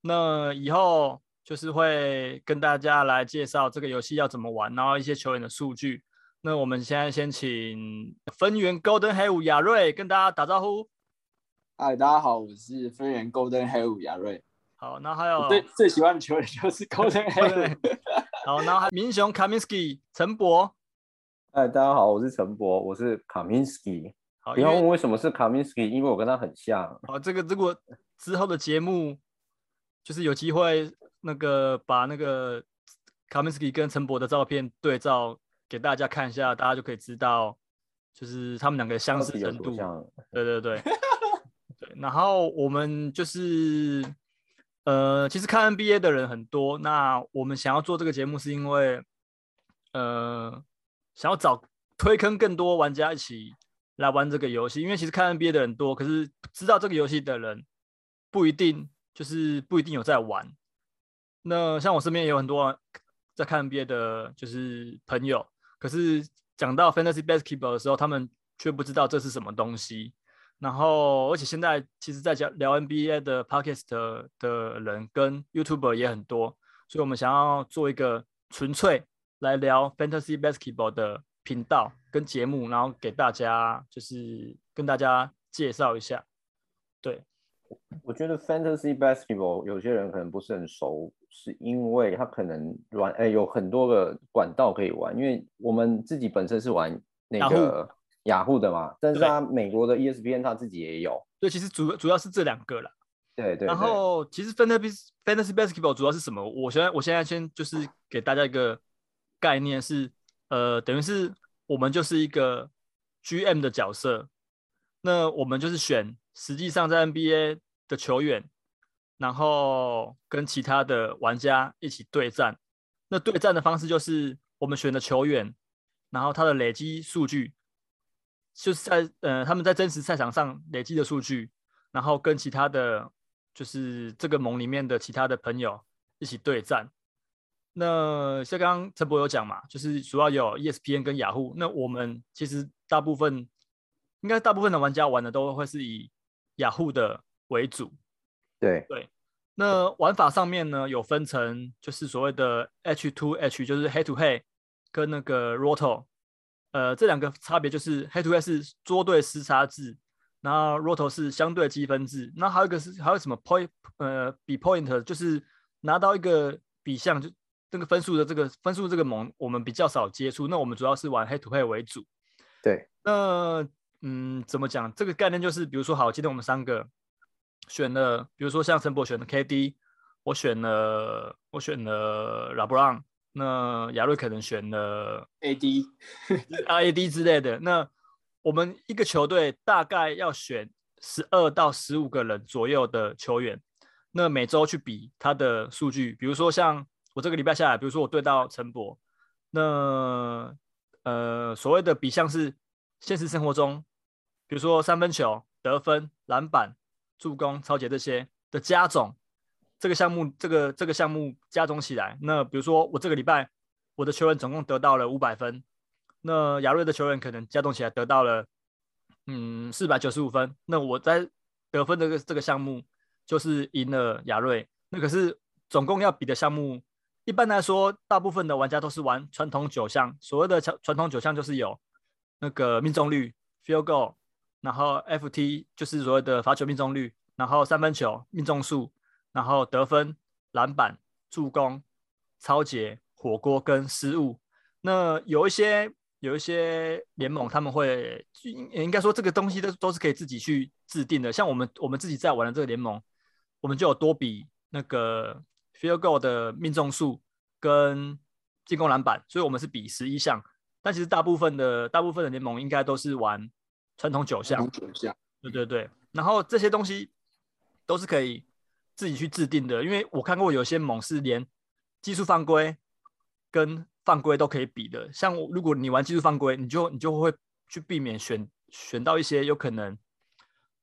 那以后就是会跟大家来介绍这个游戏要怎么玩，然后一些球员的数据。那我们现在先请分员 Golden 黑五亚瑞跟大家打招呼。嗨，大家好，我是分员 Golden h a l 亚瑞。好，那还有我最最喜欢的球员就是 Golden h a l 好，然后还有民雄 Kaminsky 陈博。嗨，大家好，我是陈博，我是卡明斯基。好，不因要问为为什么是卡明斯基，因为我跟他很像。好这个如果之后的节目就是有机会那个把那个卡明斯基跟陈博的照片对照给大家看一下，大家就可以知道就是他们两个相到似底有程多度。像？对 对对对，然后我们就是呃，其实看 NBA 的人很多，那我们想要做这个节目是因为呃，想要找推坑更多玩家一起来玩这个游戏，因为其实看 NBA 的人多，可是知道这个游戏的人不一定就是不一定有在玩。那像我身边也有很多在看 NBA 的，就是朋友，可是讲到 Fantasy Basketball 的时候，他们却不知道这是什么东西。然后，而且现在其实在讲聊 NBA 的 Podcast 的的人跟 YouTuber 也很多，所以我们想要做一个纯粹来聊 Fantasy Basketball 的频道跟节目，然后给大家就是跟大家介绍一下。我觉得 fantasy basketball 有些人可能不是很熟，是因为他可能玩哎有很多个管道可以玩，因为我们自己本身是玩那个雅虎的嘛，但是对他美国的 ESPN 他自己也有。对，其实主主要是这两个啦。对对然对，后其实 fantasy fantasy basketball 主要是什么？我现在我现在先就是给大家一个概念是，呃，等于是我们就是一个 GM 的角色，那我们就是选实际上在 NBA 的球员，然后跟其他的玩家一起对战。那对战的方式就是我们选的球员，然后他的累积数据，就是在呃他们在真实赛场上累积的数据，然后跟其他的就是这个盟里面的其他的朋友一起对战。那像刚刚陈博有讲嘛，就是主要有 E ESPN 跟雅虎。那我们其实大部分，应该大部分的玩家玩的都会是以雅虎的为主。对那玩法上面呢，有分成就是所谓的 H to H，就是 head to head，跟那个 roto，呃，这两个差别就是 head to head 是捉对厮杀制，然后 roto 是相对积分制，那还有一个是还有什么 point，呃，比 point 就是拿到一个比项就那个分数的这个分数这个盟，我们比较少接触，那我们主要是玩 head to head 为主。对，那嗯，怎么讲？这个概念就是，比如说，好，今天我们三个选了，比如说像陈博选的 KD，我选了我选了 LeBron，那亚瑞可能选了 AD， RAD 啊之类的。那我们一个球队大概要选十二到十五个人左右的球员，那每周去比他的数据。比如说像我这个礼拜下来，比如说我对到陈博，那呃所谓的比项是现实生活中，比如说三分球、得分、篮板、助攻、超节这些的加总。这个项目，这个这个项目加总起来，那比如说我这个礼拜我的球员总共得到了五百分，那亚瑞的球员可能加总起来得到了嗯四百九十五分，那我在得分的这个这个项目就是赢了亚瑞。那可是总共要比的项目，一般来说，大部分的玩家都是玩传统九项，所谓的传传统九项就是有那个命中率 （field goal），然后 FT 就是所谓的罚球命中率，然后三分球命中数，然后得分、篮板、助攻、超节、火锅跟失误。那有一些有一些联盟他们会应应该说这个东西都都是可以自己去制定的。像我们我们自己在玩的这个联盟，我们就有多比那个 field goal 的命中数跟进攻篮板，所以我们是比十一项。但其实大部分的大部分的联盟应该都是玩传统九项红，九项，对对对，然后这些东西都是可以自己去制定的，因为我看过有些盟是连技术犯规跟犯规都可以比的。像我如果你玩技术犯规，你就你就会去避免选选到一些有可能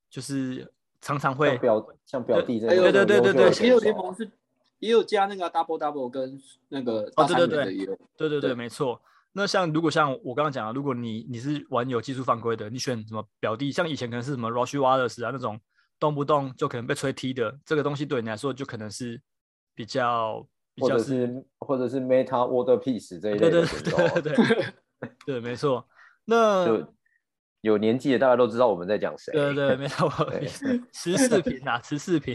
就是常常会像表像表弟这还样有的对对对对优对也有秀的选联手盟是也有加那个 double double 跟那个哦大对三元对对的也有，对对对，对没错。那像如果像我刚刚讲的，如果你你是玩有技术犯规的，你选什么表弟，像以前可能是什么 Rush Wallace 啊那种，动不动就可能被吹踢的，这个东西对你来说就可能是比较比或较者是，是或者是 Meta World Peace 这一对类对对的选手对啊，对对对，没错。那就有年纪的大家都知道我们在讲谁。嗯对对，没错， 对十四平啊，十四平，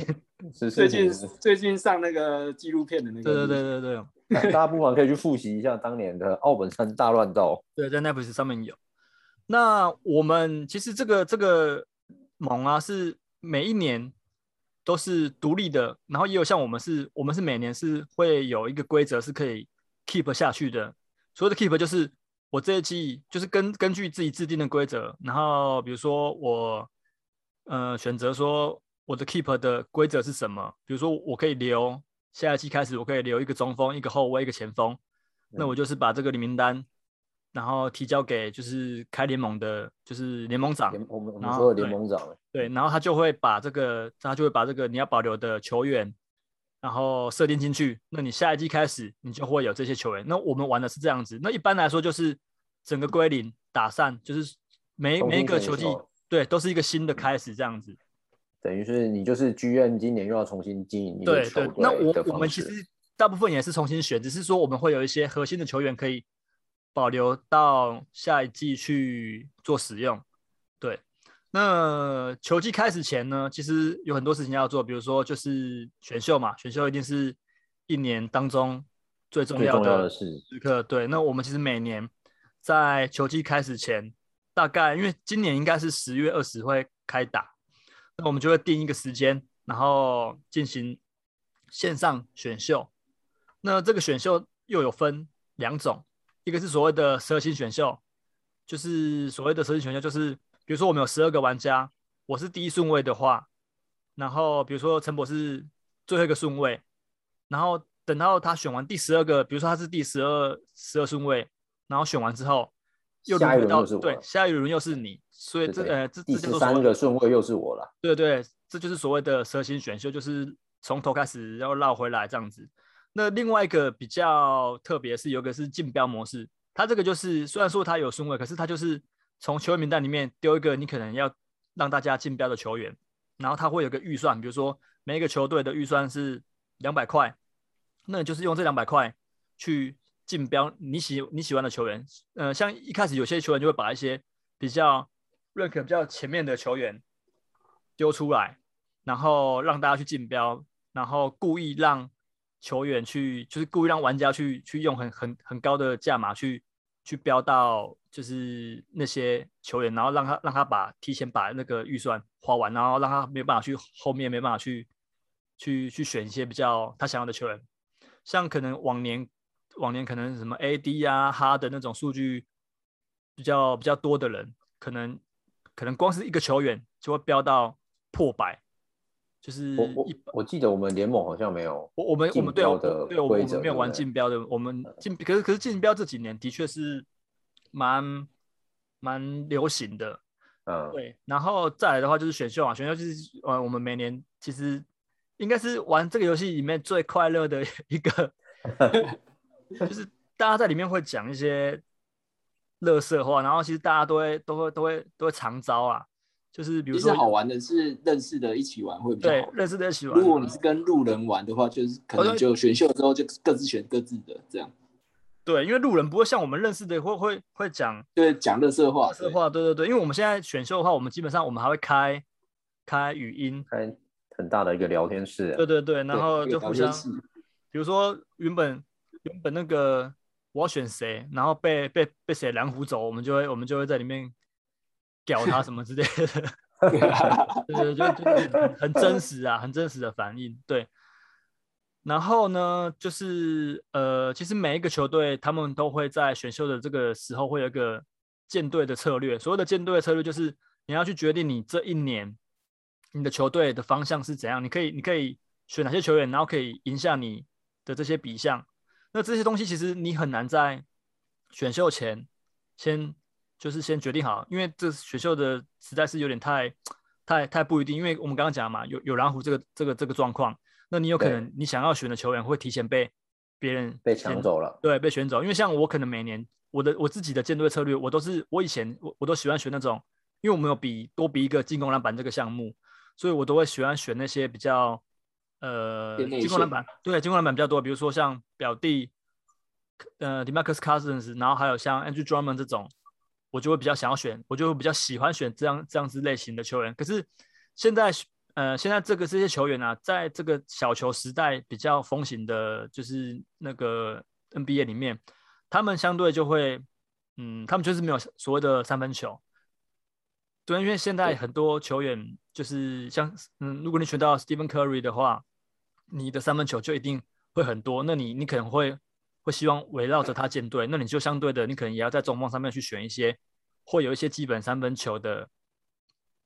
只最是近你最近上那个纪录片的那 个，对对对对对。 大大家不妨可以去复习一下当年的奥本山大乱 斗。对，在 Netflix 上面有。那我们其实这个这个盟啊，是每一年都是独立的，然后也有像我们是，我们是每年是会有一个规则是可以 keep 下去的。所谓的 keep 就是我这一季就是根根据自己制定的规则，然后比如说我呃选择说我的 keep 的规则是什么，比如说我可以留下一季开始我可以留一个中锋、一个后卫、一个前锋，那嗯我就是把这个名单。然后提交给就是开联盟的，就是联盟长，联我们我们然后说的联盟长，啊对，然后他就会把这个，他就会把这个你要保留的球员，然后设定进去。那你下一季开始，你就会有这些球员。那我们玩的是这样子。那一般来说就是整个归零打散，就是每重新每一个选球季手，对，都是一个新的开始这样子。等于是你就是 GM 今年又要重新经营一个对球对队，那我的方式我们其实大部分也是重新选，只是说我们会有一些核心的球员可以保留到下一季去做使用。对，那球季开始前呢，其实有很多事情要做，比如说就是选秀嘛，选秀一定是一年当中最重最要重要的的是时刻。对，那我们其实每年在球季开始前，大概因为今年应该是十月二十会开打，那我们就会定一个时间，然后进行线上选秀。那这个选秀又有分两种，一个是所谓的蛇形选秀，就是所谓的蛇形选秀，就是比如说我们有十二个玩家，我是第一顺位的话，然后比如说陈博是最后一个顺位，然后等到他选完第十二个，比如说他是第十二十二顺位，然后选完之后又轮下一回轮到又是我对下一轮又是你，所以对这对呃这第这叫十做所三谓个的顺位又是我了，对对，这就是所谓的蛇形选秀，就是从头开始要绕回来这样子。那另外一个比较特别是有一个是竞标模式，它这个就是虽然说它有顺位，可是它就是从球员名单里面丢一个你可能要让大家竞标的球员，然后它会有个预算，比如说每一个球队的预算是两百块，那你就是用这两百块去竞标你喜你喜欢的球员。呃，像一开始有些球员就会把一些比较 rank 比较前面的球员丢出来，然后让大家去竞标，然后故意让球员去，就是故意让玩家去去用很很很高的价码去去标到就是那些球员，然后让他让他把提前把那个预算花完，然后让他没有办法去后面没办法去去去选一些比较他想要的球员，像可能往年往年可能什么 AD 啊、哈的那种数据比较比较多的人，可能可能光是一个球员就会飙到破百，就是我我一我记得我们联盟好像没有，我我们我竞们对啊我标的对我规们我则们没有对玩不对竞标的，我们竞可是可是竞标这几年的确是蛮蛮流行的，嗯，对，然后再来的话就是选秀啊，选秀就是呃，我们每年其实应该是玩这个游戏里面最快乐的 一个，就是大家在里面会讲一些乐色话，然后其实大家都会都会都会都会常招啊，就是比如其实说好玩的是认识的一起玩会比较对哦好玩。认识的喜欢，如果你是跟路人玩的话，就是可能就选秀之后就各自选各自的这样。对，因为路人不会像我们认识的会会会讲对，讲乐色话，话色话，对对对，因为我们现在选秀的话，我们基本上我们还会开开语音，开很大的一个聊天室啊，对对对，然对后有就聊互天相。室比如说原本原本那个我要选谁，然后被被被谁拦胡走，我们就会我们就会在里面屌他什么之类的，对 啊对对，就就是很很真实啊，很真实的反应，对。然后呢，就是呃，其实每一个球队他们都会在选秀的这个时候会有一个舰队的策略。所谓的舰队的策略就是你要去决定你这一年你的球队的方向是怎样，你可以你可以选哪些球员，然后可以赢下你的这些比项。那这些东西其实你很难在选秀前先就是先决定好，因为这选秀的实在是有点太太太不一定，因为我们刚刚讲嘛，有有蓝湖这个这个这个状况，那你有可对能你想要选的球员会提前被别人被先抢走了。对，被选走。因为像我可能每年我的我自己的舰队策略，我都是我以前我我都喜欢选那种，因为我们有比多比一个进攻篮板这个项目，所以我都会喜欢选那些比较呃偏内进攻篮线板，对，进攻篮板比较多，比如说像表弟呃 Demarcus Cousins，然后还有像 Andrew Drummond 这种，我就会比较想要选，我就会比较喜欢选这样这样子类型的球员。可是现在呃，现在这个这些球员啊，在这个小球时代比较风行的，就是那个 NBA 里面，他们相对就会，嗯，他们就是没有所谓的三分球。对，因为现在对很多球员就是像，嗯，如果你选到 Stephen Curry 的话，你的三分球就一定会很多，那你你可能会会希望围绕着他建队，那你就相对的，你可能也要在中锋上面去选一些会有一些基本三分球的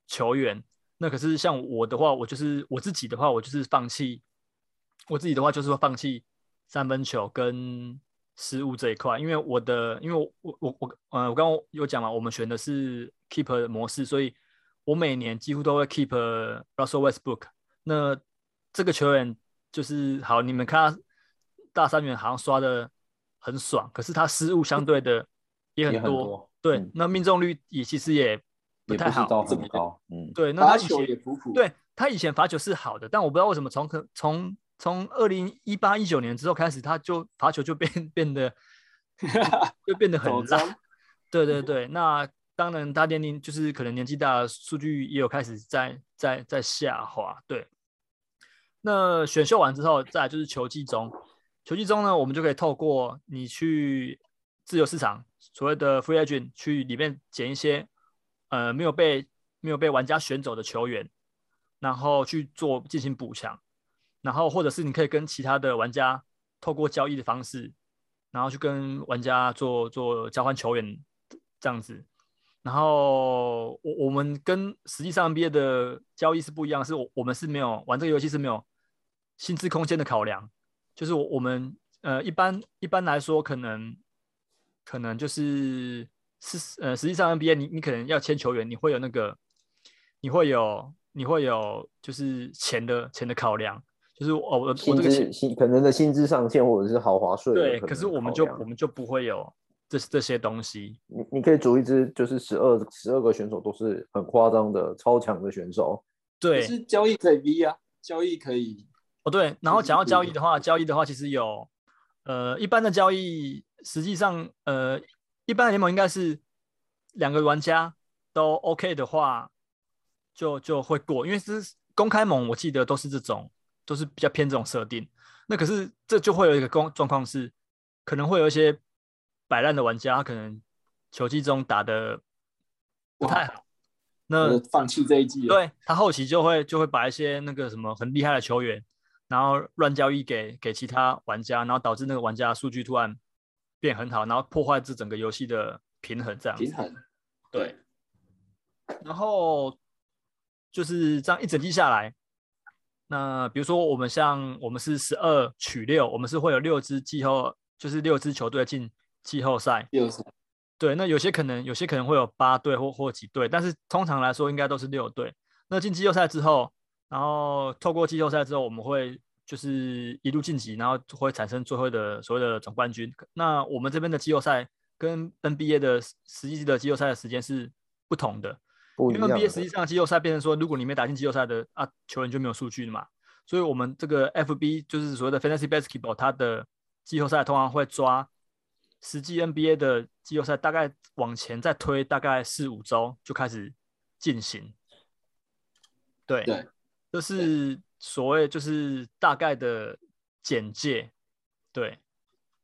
球员。那可是像我的话，我就是我自己的话，我就是放弃，我自己的话就是会放弃三分球跟失误这一块，因为我的，因为我我我我呃，我刚刚有讲嘛，我们选的是 keeper 的模式，所以我每年几乎都会 keep Russell Westbrook。那这个球员就是好，你们看他大三元好像刷的很爽，可是他失误相对的也很也多，很多对，嗯那命中率也其实也不也不太是好，到怎很么高，嗯，对，那罚他以球也前普普，，对他以前罚球是好的，但我不知道为什么从可从从二零一八一九年之后开始，他就罚球就变变得就变得走很脏烂。对对对，那当然他年龄就是可能年纪大了，数据也有开始在在在下滑。对，那选秀完之后，再来就是球季中，球季中呢，我们就可以透过你去自由市场所谓的 free agent 去里面捡一些呃没有被没有被玩家选走的球员，然后去做进行补强，然后或者是你可以跟其他的玩家透过交易的方式，然后去跟玩家做做交换球员这样子。然后我我们跟实际上 NBA 的交易是不一样，是我我们是没有玩这个游戏是没有薪资空间的考量，就是我我们呃一般一般来说可能可能就是是呃实际上 NBA 你你可能要签球员，你会有那个你会有你会有就是钱的钱的考量，就是哦我我这薪个钱资薪可能的薪资上限或者是豪华税有对，能可是我们就考量我们就不会有这这些东西，你你可以组一支就是十二十二个选手都是很夸张的超强的选手，对，是交易可以 V 啊，交易可以哦，对，然后是讲到是交易的话，交易的话其实有，呃，一般的交易实际上，呃，一般的联盟应该是两个玩家都 OK 的话，就就会过，因为是公开盟，我记得都是这种，都是比较偏这种设定。那可是这就会有一个公状况是，可能会有一些摆烂的玩家，他可能球技中打的不太好，那呃放弃这一季了，对他后期就会就会把一些那个什么很厉害的球员，然后乱交易给给其他玩家，然后导致那个玩家数据突然变很好，然后破坏这整个游戏的平衡这样平子。衡，对，然后就是这样一整季下来，那比如说我们像我们是十二取六，我们是会有六支季后，就是六支球队进季后赛，六十对，那有些可能有些可能会有八队或或几队，但是通常来说应该都是六队。那进季后赛之后，然后透过季后赛之后，我们会就是一路晋级，然后会产生最后的所谓的总冠军。那我们这边的季后赛跟 NBA 的实实际的季后赛的时间是不同的，不一因样为的。 NBA 实际上季后赛变成说，如果你没打进季后赛的啊，球员就没有数据了嘛。所以我们这个 FB 就是所谓的 Fantasy Basketball，它的季后赛通常会抓实际 NBA 的季后赛，大概往前再推大概四五周就开始进行。对，对这是所谓就是大概的简介。对，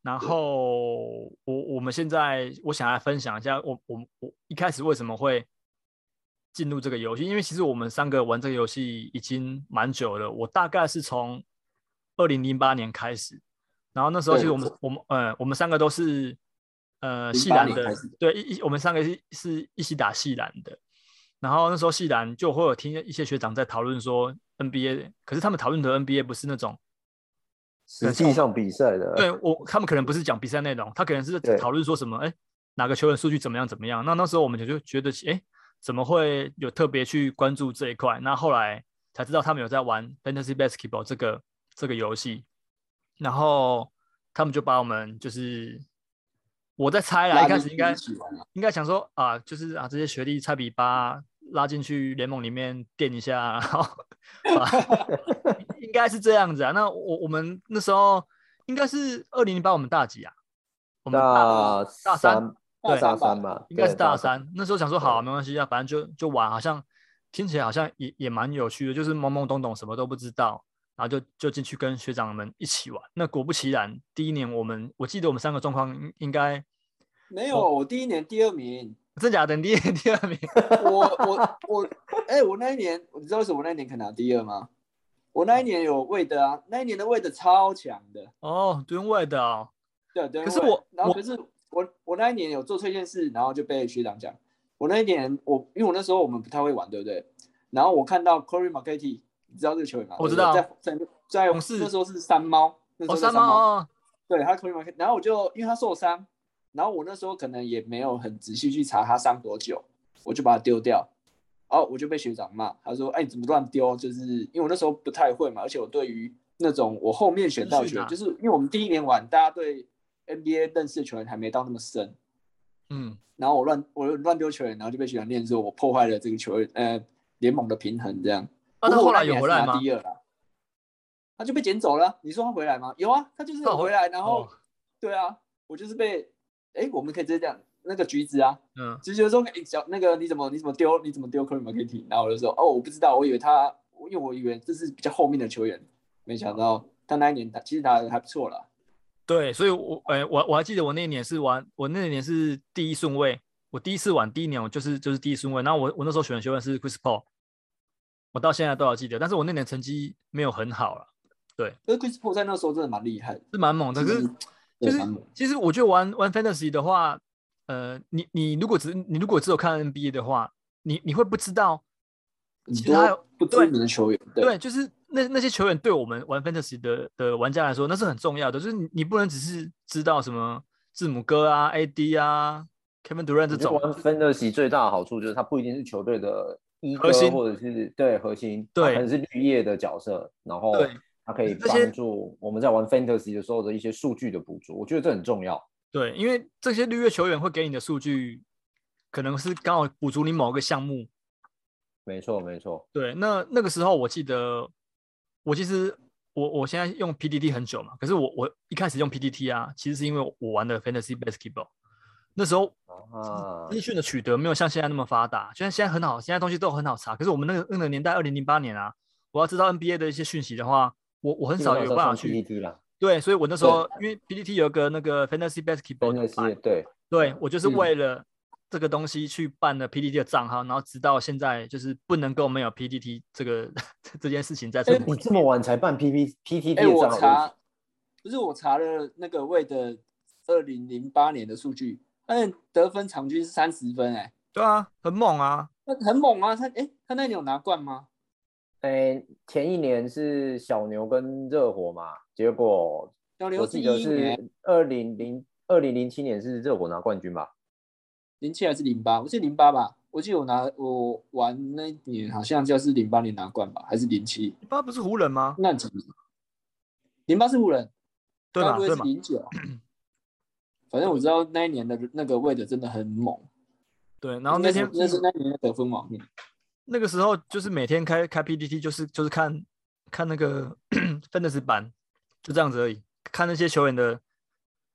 然后我我们现在我想来分享一下，我我我一开始为什么会进入这个游戏，因为其实我们三个玩这个游戏已经蛮久了，我大概是从二零零八年开始，然后那时候对其实我我们我们呃我们三个都是呃08系篮年的开始，对一一我们三个是是一起打系篮的，然后那时候系篮就会有听一些学长在讨论说， NBA，可是他们讨论的 NBA 不是那种实际上比赛的，对我，他们可能不是讲比赛内容，他可能是对讨论说什么，哎，哪个球员数据怎么样怎么样。那那时候我们就就觉得，哎，怎么会有特别去关注这一块？那后来才知道他们有在玩 fantasy basketball 这个这个游戏，然后他们就把我们就是我在猜啦，拉哎一开进始应去该一起玩啊应该想说啊，就是啊这些学历菜比吧拉进去联盟里面垫一下，啊然后把应该是这样子啊。那我我们那时候应该是二零零八，我们大几啊？我们大大三对大三吧，应该对是大。三。那时候想说好啊、没关系啊，反正就就玩，好像听起来好像也也蛮有趣的，就是懵懵懂懂，什么都不知道，然后就就进去跟学长们一起玩。那果不其然，第一年我们我记得我们三个状况应应该没哦有，我第一年第二名，真假的，第一第二名，我我 我，哎、我那一年，你知道为什么我那一年可以拿第二吗？我那一年有魏德啊，那一年的魏德超强的，哦，吨位的哦。对对。可是因为我然后我可是我我那一年有做这件事，然后就被学长讲，我那一年我因为我那时候我们不太会玩，对不对？然后我看到 Corey m a r k e t t 你知道这个球员吗？我知对不对道在在在勇士那时候是三猫，那时哦，候在三三猫，猫哦，对他 Corey m a r k e t 然后我就因为他受伤，然后我那时候可能也没有很仔细去查他伤多久，我就把他丢掉。哦，我就被学长骂，他说：“哎，你怎么乱丢？就是因为我那时候不太会嘛，而且我对于那种我后面选到资球讯员，啊就是因为我们第一年玩，大家对 NBA 认识的球员还没到那么深，嗯，然后我乱我乱丢球员，然后就被学长念说我破坏了这个球员呃联盟的平衡这样。那、不他过后我哦那来有年回还来是拿吗？第二啦，他就被捡走了。你说他回来吗？有啊，他就是他有回回来，然后、哦对啊，我就是被哎，我们可以直接讲那个橘子啊，嗯，直接说哎小那个你怎么你怎么丢你怎么丢 c u r r m a r k e t t 然后我就说哦我不知道，我以为他因为我以为这是比较后面的球员，没想到他那一年打其实打的还不错啦。对，所以我，哎、我我还记得我那一年是玩，我那一年是第一顺位，我第一次玩第一年我就是就是第一顺位，然后我我那时候选的球员是 Chris Paul，我到现在都还记得，但是我那年成绩没有很好了，可是 Chris Paul 在那时候真的蛮厉害的，是蛮猛的，可是对就是蛮猛的其实我觉得玩玩 Fantasy 的话，呃，你你如果只你如果只有看 NBA 的话，你你会不知道很其实还有多不知对名的球员，对，就是那那些球员对我们玩 fantasy 的的玩家来说，那是很重要的。就是你你不能只是知道什么字母哥啊、AD 啊、Kevin Durant 这这种，种玩 fantasy 最大的好处就是它不一定是球队的一核哥心或者是对核心，对它可能是绿叶的角色，然后对它可以这些帮助我们在玩 fantasy 的时候的一些数据的捕捉，我觉得这很重要。对，因为这些绿叶球员会给你的数据，可能是刚好补足你某个项目。没错，没错，对，那那个时候我记得，我其实我我现在用 PDD 很久嘛，可是我我一开始用 PDT 啊，其实是因为我玩的 fantasy basketball，那时候呃啊，资讯的取得没有像现在那么发达，虽然现在很好，现在东西都很好查，可是我们那个那个年代，二零零八年啊，我要知道 NBA 的一些讯息的话，我我很少有办法去。 PPT 啦对，所以我那时候因为 PPT 有个那个 Fantasy Basketball 的版，fantasy 对，对我就是嗯为了这个东西去办了 PPT 的账号，然后直到现在就是不能够没有 PPT 这个 这件事情在生哎，活你里这么晚才办 P P P T T 哎、的我账号查，不是我查了那个魏的二零零八年的数据，嗯，得分场均是三十分、哎，对啊，很猛啊，那很猛啊！他哎、他那年有拿冠吗？哎，前一年是小牛跟热火嘛，结果小我刘记得一一欸年，是二零零二零零七年是热火拿冠军吧？零七还是零八？我记得零八吧，我记得我拿我玩那一年好像就是零八年拿冠吧，还是零七？你爸不是湖人吗？那几年？零八是湖人，对该吧？不会对是吧？零九？啊反正我知道那一年的那个魏的真的很猛，对，然后那天那是那年的得分王，嗯那个时候就是每天开开 PPT，就是就是看看那个 fantasy 版，就这样子而已。看那些球员的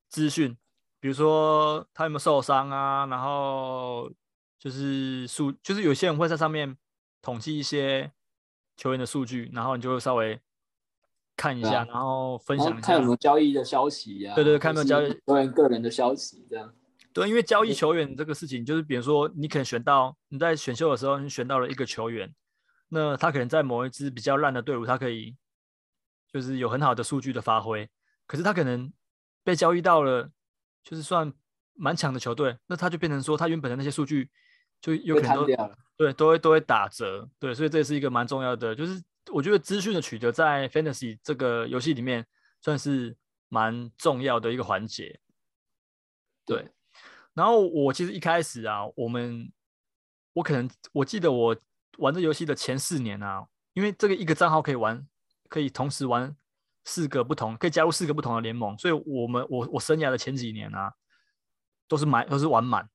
资讯，比如说他有没有受伤啊，然后就是数，就是有些人会在上面统计一些球员的数据，然后你就会稍微看一对下，啊然后分然后享一看下有。没有交易的消息呀、对对看有没有交易球员个人的消息这样。对，因为交嗯易球员这个事情，就是比如说你可能选到你在选秀的时候，你选到了一个球员，那他可能在某一支比较烂的队伍，他可以就是有很好的数据的发挥，可是他可能被交易到了就是算蛮强的球队，那他就变成说他原本的那些数据就有被可能摊都哦掉了对都会都会打折，对，所以这也是一个蛮重要的，就是我觉得资讯的取得在 Fantasy 这个游戏里面算是蛮重要的一个环节。对，然后我其实一开始啊，我们我可能我记得我玩这游戏的前四年啊，因为这个一个账号可以玩，可以同时玩四个不同，可以加入四个不同的联盟，所以我们我我生涯的前几年啊，都是买都是玩满，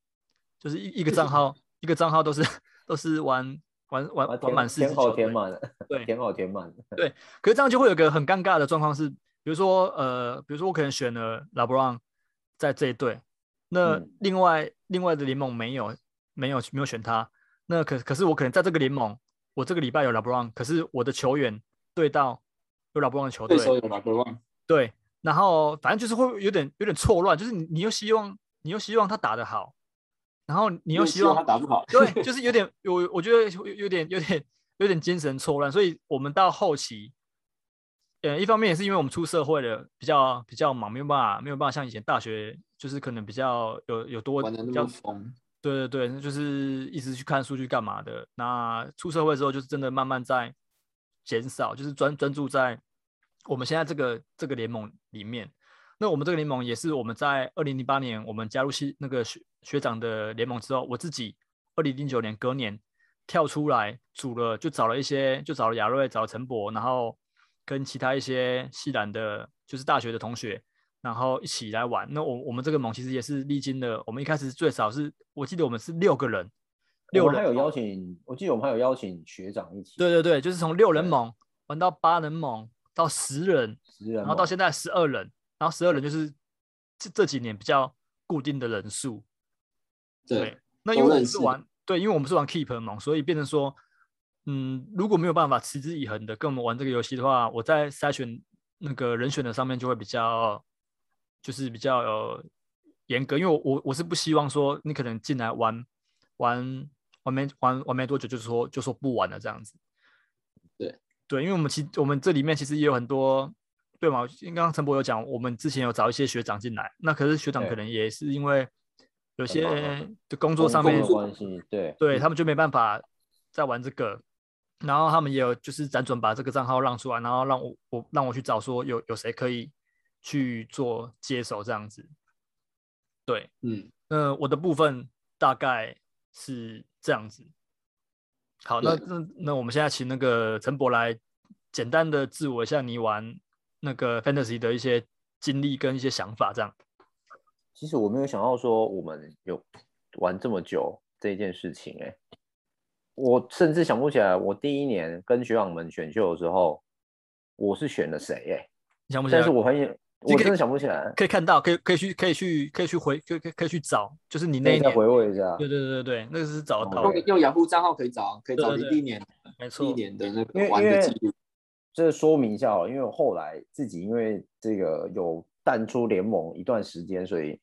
就是一一个账号一个账号都是都是玩玩玩啊玩满四支填好球队填。满了，对填好填满了。可是这样就会有一个很尴尬的状况是，比如说呃，比如说我可能选了 LeBron 在这一队，那嗯另外、另外的联盟没有没有没有选他，那可可是我可能在这个联盟，我这个礼拜有 LeBron，可是我的球员对到有 LeBron 的球队对，手有 l e b r o 对，然后反正就是会有点有点错乱，就是你你又希望你又希望他打得好，然后你你又希望他打不好，对，就是有点我我觉得有有点有点有点精神错乱，所以我们到后期，呃，一方面也是因为我们出社会了，比较比较忙，没有办法没有办法像以前大学就是可能比较有有多玩的比那较么疯，对对对，就是一直去看数据干嘛的。那出社会之后，就是真的慢慢在减少，就是专专注在我们现在这个这个联盟里面。那我们这个联盟也是我们在二零零八年我们加入系那个学学长的联盟之后，我自己二零零九年隔年跳出来组了，就找了一些，就找了亚瑞，找了陈博，然后跟其他一些系南的，就是大学的同学，然后一起来玩。那我我们这个盟其实也是历经了，我们一开始最少是我记得我们是六个人，六我们还人有邀盟，请，我记得我们还有邀请学长一起，对对对，就是从六人对盟玩到八人盟，到十人，十人嘛，然后到现在十二人，然后十二人就是这这几年比较固定的人数。对，那都因为我认们是识玩对，因为我们是玩 Keep 盟，所以变成说，嗯，如果没有办法持之以恒的跟我们玩这个游戏的话，我在筛选那个人选的上面就会比较，就是比较呃严格，因为我我我是不希望说你可能进来玩玩玩没玩玩没多久就说就说不玩了这样子。对对，因为我们其我们这里面其实也有很多。对嘛？因为刚刚陈博有讲，我们之前有找一些学长进来，那可是学长对可能也是因为有很忙啊些的工工作上面的关系，嗯对对他们就没办法再玩这个。然后他们也有就是辗转把这个账号让出来，然后让我我让我去找说有有谁可以去做接手这样子。对，嗯，那我的部分大概是这样子。好，那对那那我们现在请那个陈博来简单的自我一下，你玩那个 fantasy 的一些经历跟一些想法，这样。其实我没有想到说我们有玩这么久这一件事情、欸，我甚至想不起来我第一年跟学长们选秀的时候，我是选了谁、欸，你想不起来？但是我发现你我可以真的想不起来，可以看到，可以可以去可以去可以去回可以可以可以去找，就是你你那一再年，回味一下，对对对对，那个是找得到哦的，用用雅虎账号可以找，啊可以找对你对对历年没错历，年的那因为个玩因的为记录，这说明一下哦，因为我后来自己因为这个有淡出联盟一段时间，所以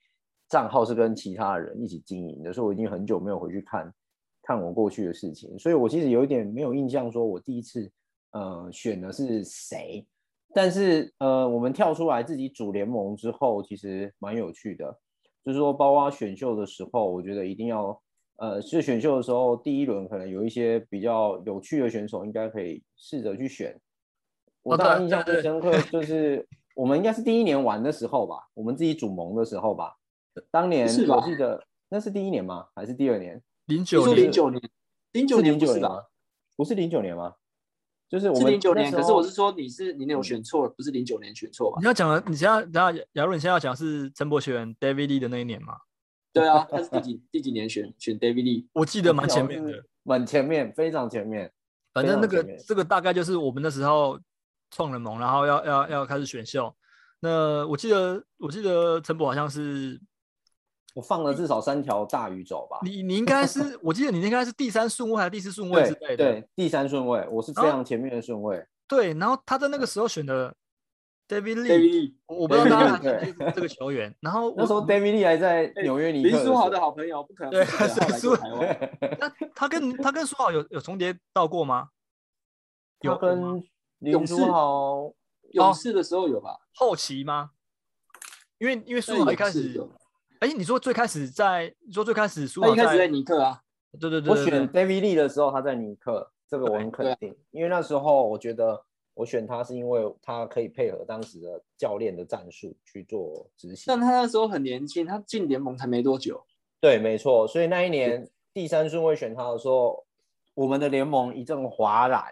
账号是跟其他人一起经营的，所以我已经很久没有回去看看我过去的事情，所以我其实有一点没有印象，说我第一次呃选的是谁。但是呃，我们跳出来自己组联盟之后，其实蛮有趣的，就是说包括选秀的时候，我觉得一定要呃，是选秀的时候，第一轮可能有一些比较有趣的选手，应该可以试着去选。我哦当然对印象对最深刻就是 我们应该是第一年玩的时候吧，我们自己组盟的时候吧。当年是吧我记得那是第一年吗？还是第二年？零听九说年零九年，零九是年零不九是吧？年吗？不是零九年吗？就是我是们零九那年，时可是我候是说你是你那嗯有选错了，不是零九年选错吧你？要讲的，你现在等下雅茹，你现在要讲的是陈柏学员 David Lee 的那一年嘛？对啊，他是第几第几年选选 David Lee？我记得蛮前面哦啊我记的得好像，是蛮前面，非常前面。反正那个非常前面这个大概就是我们那时候创了盟，然后要要要开始选秀。那我记得我记得陈博好像是我放了至少三条大鱼走吧。你你应该是我记得你应该是第三顺位还是第四顺位之类对的，啊对，第三顺位，我是然后非常前面的顺位。对然后他在那个时候选的 David Lee， David 我我不知道大家对还记不记得这个球员。然后那时候我 David Lee 还在哎纽约 Lee，尼克林时书候豪的好朋友，不可能不记得 他来过台湾。那他跟他跟苏豪有有重叠到过吗？有他吗跟林勇士书豪，哦勇士的时候有吧？后期吗？因为因为苏豪对哦一开勇士始有，哎，你说最开始在，你说最开始苏他豪一开始在在，尼克啊，对对对我对对啊选 David Lee 的时候他在尼克，这个我很肯定，因为那时候我觉得我选他是因为他可以配合当时的教练的战术去做执行但。他那时候很年轻，他进联盟才没多久，对，没错，所以那一年第三顺位选他的时候，我们的联盟一阵哗然，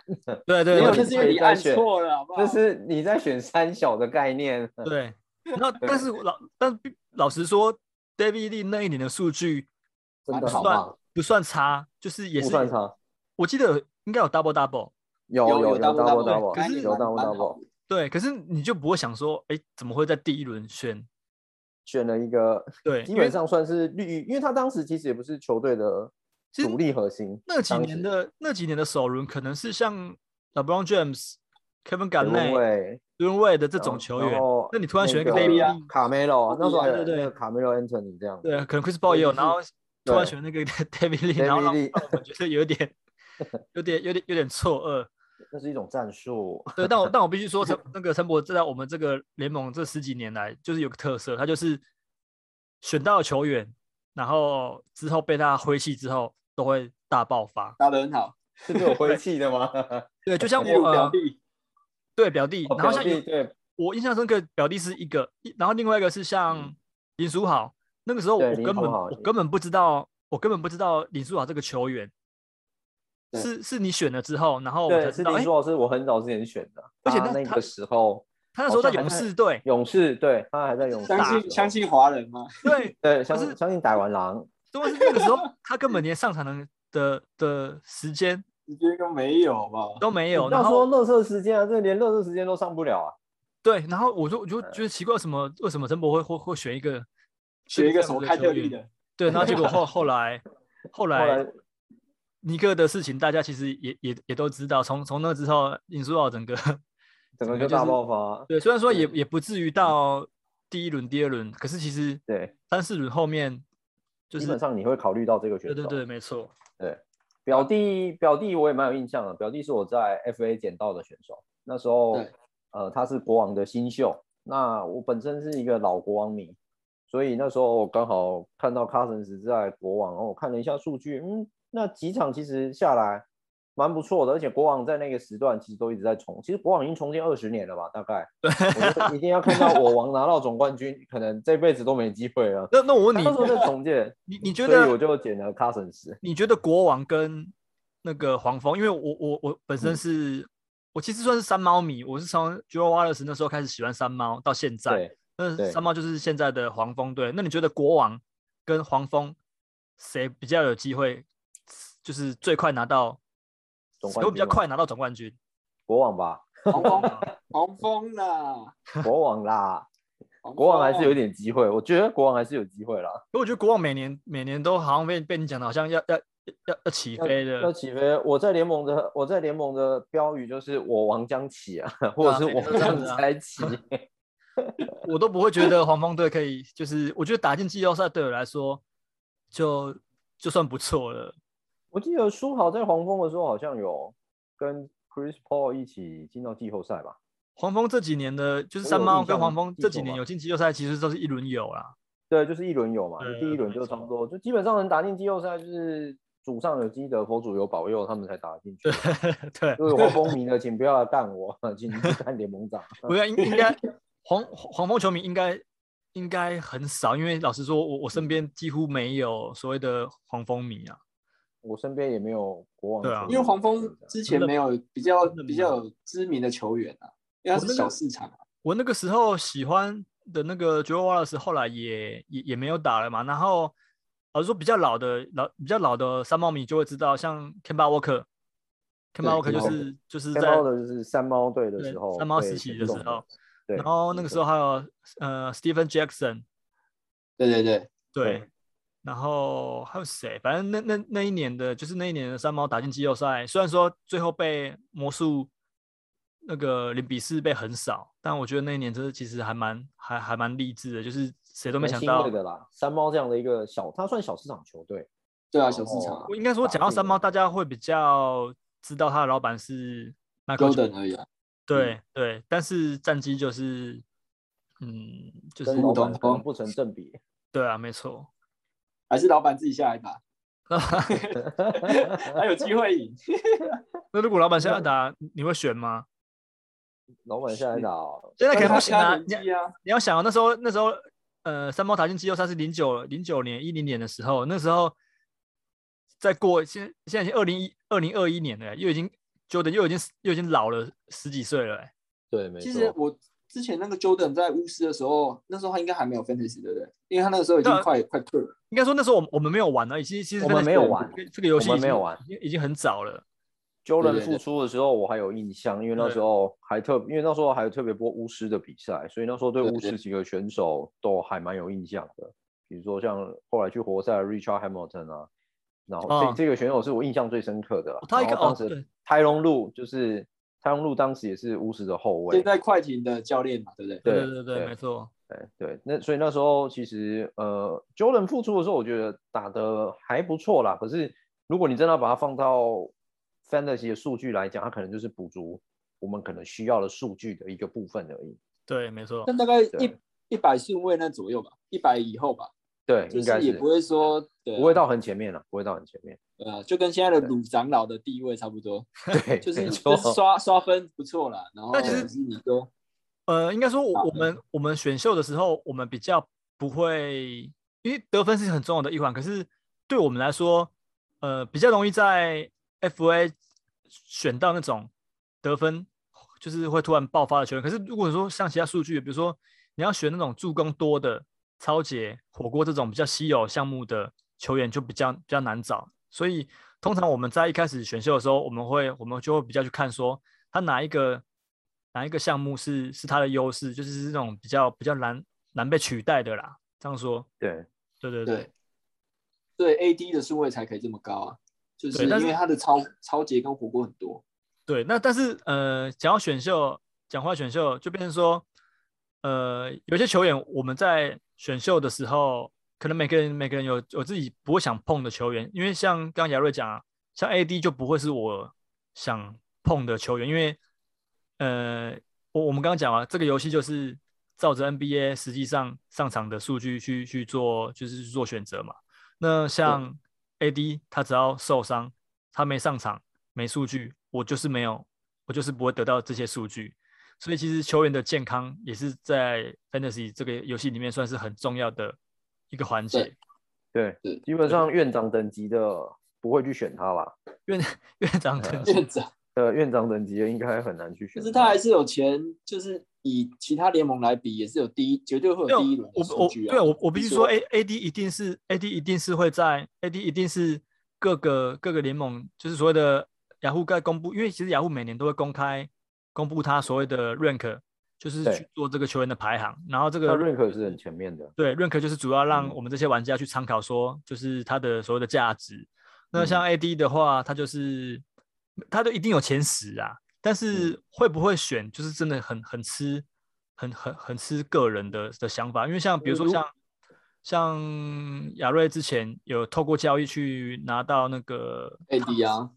对没对有，对这就是因为你按错了，好不好？这是你在选三小的概念。呃对，那但是老但必老实说，David Lee 那一年的数据真不的好算棒，不算差，就是也不是算差，我记得应该有 double double，有有有 double double double，可是有 double 蛮好 double，的对，可是你就不会想说，哎，怎么会在第一轮选？选了一个对，基因为本上算是绿，因为他当时其实也不是球队的其实主力核心，那几当年时的那几年的首轮可能是像 LeBron James、Kevin 因 Garnett、为 d u r a n Wade 这这种球员，那你突然选一个那 David 个 Lee，卡梅罗，啊那时候还有对对对那个卡梅罗 Anthony 这样，对，可能 Chris Paul 对也有，就是然后突然对选那个 David Lee，然后让 David Lee 让我们觉得有 点有点有点有点错愕。那是一种战术。对，但我但我必须说，陈那个陈博在我们这个联盟这十几年来，就是有个特色，他就是选到的球员，然后之后被他挥弃之后，都会大爆发。打得很好，是有灰气 的吗？对，就像例如我表呃，弟，对表弟，哦然后表像弟有 对我印象深刻，表弟是一个，一然后另外一个是像林书豪，那个时候对我林根书本豪我根本不知道，我根本不知道林书豪这个球员。对是是你选了之后，然后我才对，知是道，林哎，书豪是我很早之前选的，而且他那那他个时候他那时候在好像勇还士 队，勇士对他还在勇士的时相候，信相信华人嘛，对，对相可是信相信打完狼，重要是那个时候他根本连上场的的的时间你觉得没有吧？都没有，要然说后热射时间啊，这连热射时间都上不了啊，对，然后我就我就觉得奇怪，为什么为什么陈博会会会选一个学一个这什样么子开特球利员？的， 对，然后结果后后来后后来来尼克的事情，大家其实也也也都知道，从从那之后，引述到整个 整个就就是大爆发，啊对，虽然说也对也不至于到第一轮、第二轮，可是其实对，三四轮后面就基是本上你会考虑到这个选对手，对对，没错，表弟表弟我也蛮有印象的，表弟是我在 FA 捡到的选手，那时候对呃他是国王的新秀，那我本身是一个老国王迷，所以那时候我刚好看到 Cousins 在国王，然后我看了一下数据，嗯，那几场其实下来蛮不错的，而且国王在那个时段其实都一直在重，其实国王已经重建二十年了吧，大概，我就一定要看到我王拿到总冠军，可能这辈子都没机会了。那那我问那你时，候在重建，你你觉所得以我就捡了 Cousins。你觉得国王跟那个黄蜂，因为我我我本身嗯是、我其实算是山猫迷，我是从 j o e Wallace 那时候开始喜欢山猫，到现在，对，那对山猫就是现在的黄蜂队。那你觉得国王跟黄蜂谁比较有机会，就是最快拿到总谁冠会军比较吗快拿到总冠军？国王吧， 黄蜂，黄蜂啦，国王啊啦，黄蜂国王还是有点机会，我觉得国王还是有机会啦。因为我觉得国王每年每年都好像被被你讲的好像要要要要起飞要的，起飞，我在联盟的我在联盟的标语就是我王将起啊， 或者是每我个都这样将子啊才起。 我都不会觉得黄蜂队可以，就是我觉得打进季后赛对我来说就就算不错了。我记得书豪在黄蜂的时候好像有跟 Chris Paul 一起进到季后赛吧？黄蜂这几年的，就是我三有猫印跟象黄蜂记这错几年吧有进季后赛，其实都是一轮游啦。 对，就是一轮游嘛，对就第一轮就差不多，就基本上能打进季后赛，就是祖上有积德，佛祖有保佑，他们才打得进 去。对，就是黄蜂迷的，请不要来干我， 请去干联盟长。我 要应应该黄黄蜂球迷应该应该很少，因为老实说，我我身边几乎没有所谓的黄蜂迷啊。我身边也没有国王球对迷，啊因为黄蜂之前没有比较真的吗比较有知名的球员啊，因为它是小市场啊，我那个时候喜欢的那个 j o e Wallace 后来也也也没有打了嘛。然后老实说，比较老的老比较老的三猫迷就会知道，像 Kemba Walker，Kemba Walker 就 Kemba 是就是三在猫的就是三猫队的对时候，三猫时期的时候，，对，然后那个时候还有呃 Stephen Jackson，对对对，对，对然后还有谁？反正那那那一年的，就是那一年的三猫打进季后赛，虽然说最后被魔术那个零比四被横扫，但我觉得那一年真的其实还蛮还还蛮励志的，就是谁都都没想到。的啦。三猫这样的一个小，他算小市场球队，对啊，小市场啊我应该说，打讲到进三了猫，大家会比较知道他的老板是 Michael ，Jordan 而已啊，对对，但是战绩就是，嗯，就是跟老东板可能风不成正比。 对啊，没错。 还是老板自己下来打，还有机会赢，那如果老板现在打，你会选吗？老板现在打哦现在那肯定不行啊！啊你！你要想啊，那时候那时候呃，三毛打进季后赛是零九零九年一零年的时候，那时候再过现现在已经二零一二零二一年了，又已经 Jordan 又已经又已经老了十几岁了、欸，对，没其实错，我之前那个 Jordan 在巫师的时候，那时候他应该还没有 Fantasy 对不对？因为他那个时候已经对啊快快退了。应该说那时候我们我们没有玩啊而已，其实其实我们 Fantasy 没有玩这个这个游戏我已们经没有玩已经已经很早了。对对 Jordan 对复出的时候，我还有印象，因为那对时候还特，因为那时候还有特别播巫师的比赛，所以那时候对对巫师对几个选手都还蛮有印象的。比如说像后来去活塞的 Richard Hamilton 啊，然后这、哦这个选手是我印象最深刻的啦。啊他一然个后当哦对时泰隆路就是泰隆路当时也是巫师的后卫现，在快艇的教练嘛，对不对？对对对对，对没错。对对，那所以那时候其实呃，Jordan 复出的时候，我觉得打得还不错啦。可是如果你真的要把它放到 Fantasy 的数据来讲，它可能就是补足我们可能需要的数据的一个部分而已。对，没错但，大概一对一百顺位那左右吧，一百以后吧，对，就应该是是也不会说对啊不会到很前面了，不会到很 前面。呃，就跟现在的鲁长老的地位差不多，对，就是没就错是刷刷分不错啦。然后但其实就是你说呃，应该说我好我们我们选秀的时候，我们比较不会，因为得分是很重要的一环，可是对我们来说，呃，比较容易在 FA 选到那种得分就是会突然爆发的球员。可是如果说像其他数据，比如说你要选那种助攻多的、超节、火锅这种比较稀有项目的球员，就比较比较难找。所以通常我们在一开始选秀的时候，我们会我们就会比较去看说他哪一个哪一个项目是是他的优势，就是是这种比较比较难难被取代的啦。这样说，对对对对对 AD 的顺位才可以这么高啊，就是对但是因为他的超超节跟火锅很多。对，那但是呃，讲到选秀，讲话选秀就变成说，呃，有些球员我们在选秀的时候，可能每个人每个人有有自己不会想碰的球员，因为像刚刚亚瑞讲啊，像 AD 就不会是我想碰的球员，因为呃，我我们刚刚讲啊，这个游戏就是照着 NBA 实际上上场的数据去去做，就是去做选择嘛。那像 AD 他只要受伤，他没上场，没数据，我就是没有，我就是不会得到这些数据。所以其实球员的健康也是在 Fantasy 这个游戏里面算是很重要的一个环节对。对对，基本上院长等级的不会去选他啦。院院长等 级院长。呃，院长等级的应该很难去选。可是他还是有钱，就是以其他联盟来比，也是有第一，绝对会没有有第一轮的我数我据啊。对我我必你须说说，A A D 一定是 A D 一定是会在 A D 一定是各个各个联盟，就是所谓的雅虎该公布，因为其实雅虎每年都会公开公布它所谓的 rank，就是对去做这个球员的排行，然后这他个 rank 是很前面的。对 rank 就是主要让嗯我们这些玩家去参考，说就是它的所谓的价值。那嗯像 AD 的话，它就是它就一定有前十啊，但是会不会选，就是真的很很吃很很很吃个人的的想法，因为像比如说如像像亚瑞之前有透过交易去拿到那个 AD 啊，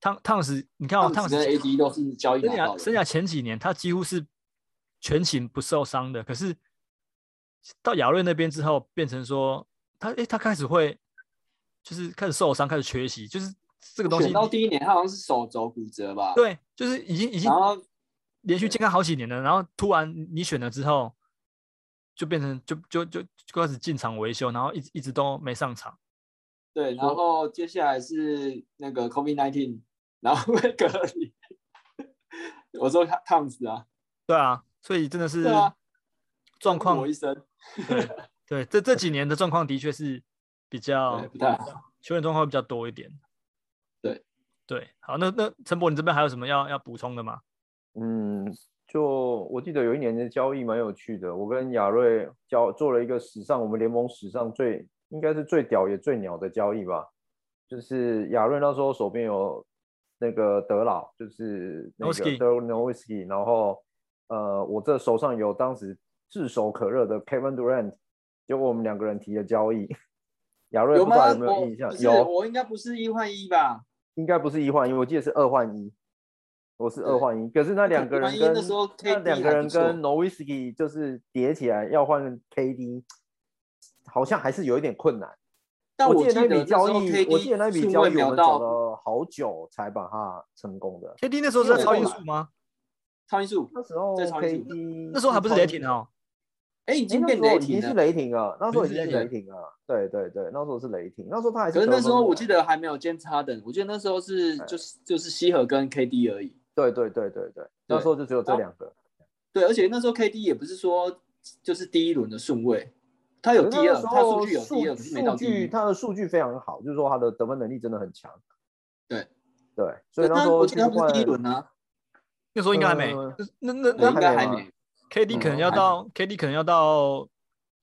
烫烫死，你看他哦，们烫跟死 AD 都是交易生拿到涯生的。涯前几年，他几乎是全勤不受伤的。可是到亚瑞那边之后，变成说他诶，他开始会就是开始受伤，开始缺席，就是这个东西选。到第一年，他好像是手肘骨折吧？，对，就是已经已经然后连续健康好几年了，然后突然你选了之后，就变成就就就就开始进场维修，然后一直一直都没上场。对，然后接下来是那个 COVID nineteen，然后被隔离。我说他烫死啊，对啊，所以真的是对啊状痛况我一生。对对，这这几年的状况的确是比较对不太球员状况会比较多一点。对对，好，那那陈博，你这边还有什么要要补充的吗？嗯，就我记得有一年的交易蛮有趣的，我跟亚瑞交做了一个史上我们联盟史上最应该是最屌也最鸟的交易吧，就是亚瑞那时候手边有那个德老，就是那个 Nowitzki 德 Nowitzki，然后呃我这手上有当时炙手可热的 Kevin Durant，结果我们两个人提了交易，亚瑞不知吗？道我有没有印象？不是，有，我应该不是一换一吧？应该不是一换一，我记得是二换一，我是二对换一。可是那两个万人一跟那时候 KD 那两个人还不跟错 Nowitzki 就是叠起来要换 KD，好像还是有一点困难。但我记记得那笔那时交候易，我记得那 KD 笔顺交位易我秒们到找了好久才把它成功的。 KD 那时候是在因为超我音后速吗？超音速，那时候在超级 KD 那时候还不是雷霆哦，哎，已已经经变变雷雷霆，已霆经是了。雷霆了，那时候已经已是经是雷霆了。对对对，那时候是雷霆，那时候他还可是得那时分候王我记，得还没有 James Harden，我记得那时候是哎就是就是西河跟 KD 而已。对对对对对，那时候就只有这然后两个。对，而且那时候 KD 也不是说就是第一轮的顺位，他有可是第那二，时他候数据有第二，可是没到数第一据。他的数据非常好，就是说他的得分能力真的很强。对对，所以那但时他候我记得他就是不是第一换轮啊，那时候应该还没嗯。那那对那应该还还没没。 KD 可能要嗯到 KD 可能要到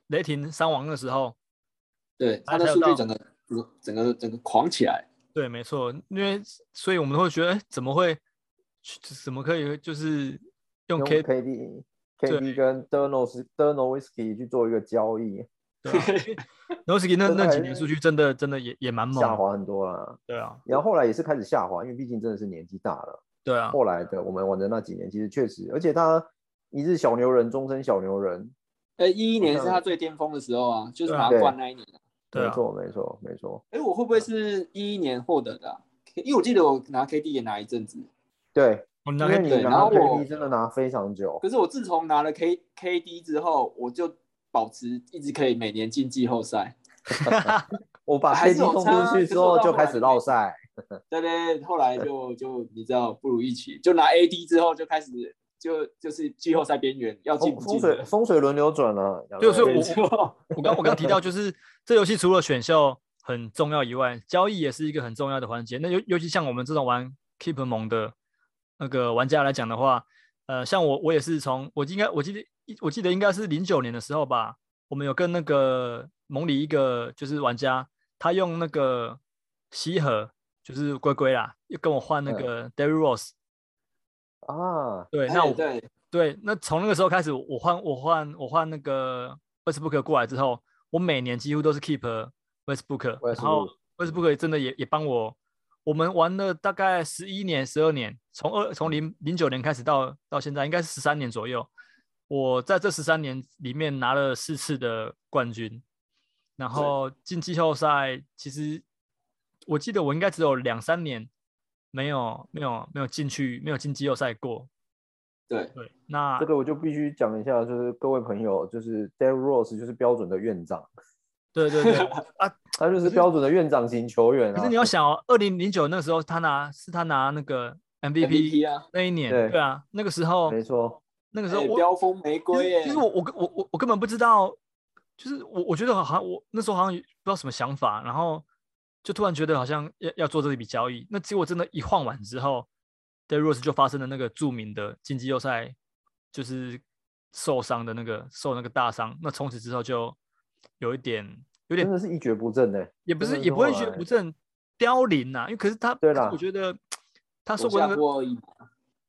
雷霆伤亡的时候，对，还他的没有数到据整个整个整个狂起来。对，没错，因为所以我们会觉得，哎，怎么会，怎么可以就是用用 K KD 对 KD 跟 d e r n o s d e r n o w i s k y 去做一个交易，啊 n o s k i 那 真的那还几年是数据真的真的也也蛮猛下的，滑很多啦。对啊，然后后来也是开始下滑，因为毕竟真的是年纪大了。对啊，后来的我们玩的那几年，其实确实，而且他一日小牛人，终身小牛人，呃，一一年好是像他最巅峰的时候啊，就是对啊拿对啊冠那一年啊。对没啊，错，没错，没错，哎，我会不会是一一年获得的啊？因为我记得我拿 KD 也拿一阵子，对，我因拿为 KD 你对然拿后我 KD 真的拿非常久，可是我自从拿了 K KD 之后，我就保持一直可以每年进季后赛。我把还 KD 是有送差啊出去可之是我后到就后开来始没绕赛，对对，后来就就你知道不如预期，就拿 AD 之后就开始就就是季后赛边缘要进风不风进水的。风水轮流转啊了，对有没有所以没错，我刚我刚提 到，就是这游戏除了选秀很重要以外，交易也是一个很重要的环节。那尤尤其像我们这种玩 Keep 盟的那个玩家来讲的话，呃，像我我也是从我应该我记得我记得应该是零九年的时候吧，我们有跟那个盟里一个就是玩家，他用那个西河就是龟龟啦，又跟我换那嗯个 d e r r y Rose。啊，对，哎那我对对，那从那个时候开始，我换我换我换那个 Westbrook 过来之后，我每年几乎都是 keep Westbrook，然后 Westbrook 真的也也帮我，我们玩了大概十一年、十二年，从二从零零九年开始到到现在，应该是十三年左右。我在这十三年里面拿了四次的冠军，然后进季后赛，其实我记得我应该只有两三年没有没有没有进去没有进季后赛过。对，对，那这个我就必须讲一下，就是各位朋友，就是 d a r Rose 就是标准的院长，对对对啊！他就是标准的院长型球员啊。可是你要想哦，二零零九那时候他拿是他拿那个 MVP MVP 啊，那一年，对对啊，那个时候没错，那个时候哎我飙风玫其瑰实耶其实我我根我我我根本不知道，就是我我觉得好像我那时候好像也不知道什么想法，然后就突然觉得好像要要做这一笔交易，那结果真的，一晃完之后 d e r Rose 就发生了那个著名的晋级又赛，就是受伤的那个受那个大伤，那从此之后就有一点有点真的是一蹶不振欸呢。也不真是的也是不会后觉得来不正凋零呐、因为可是他，对可是啦我觉得他我说过那下个播而已嘛，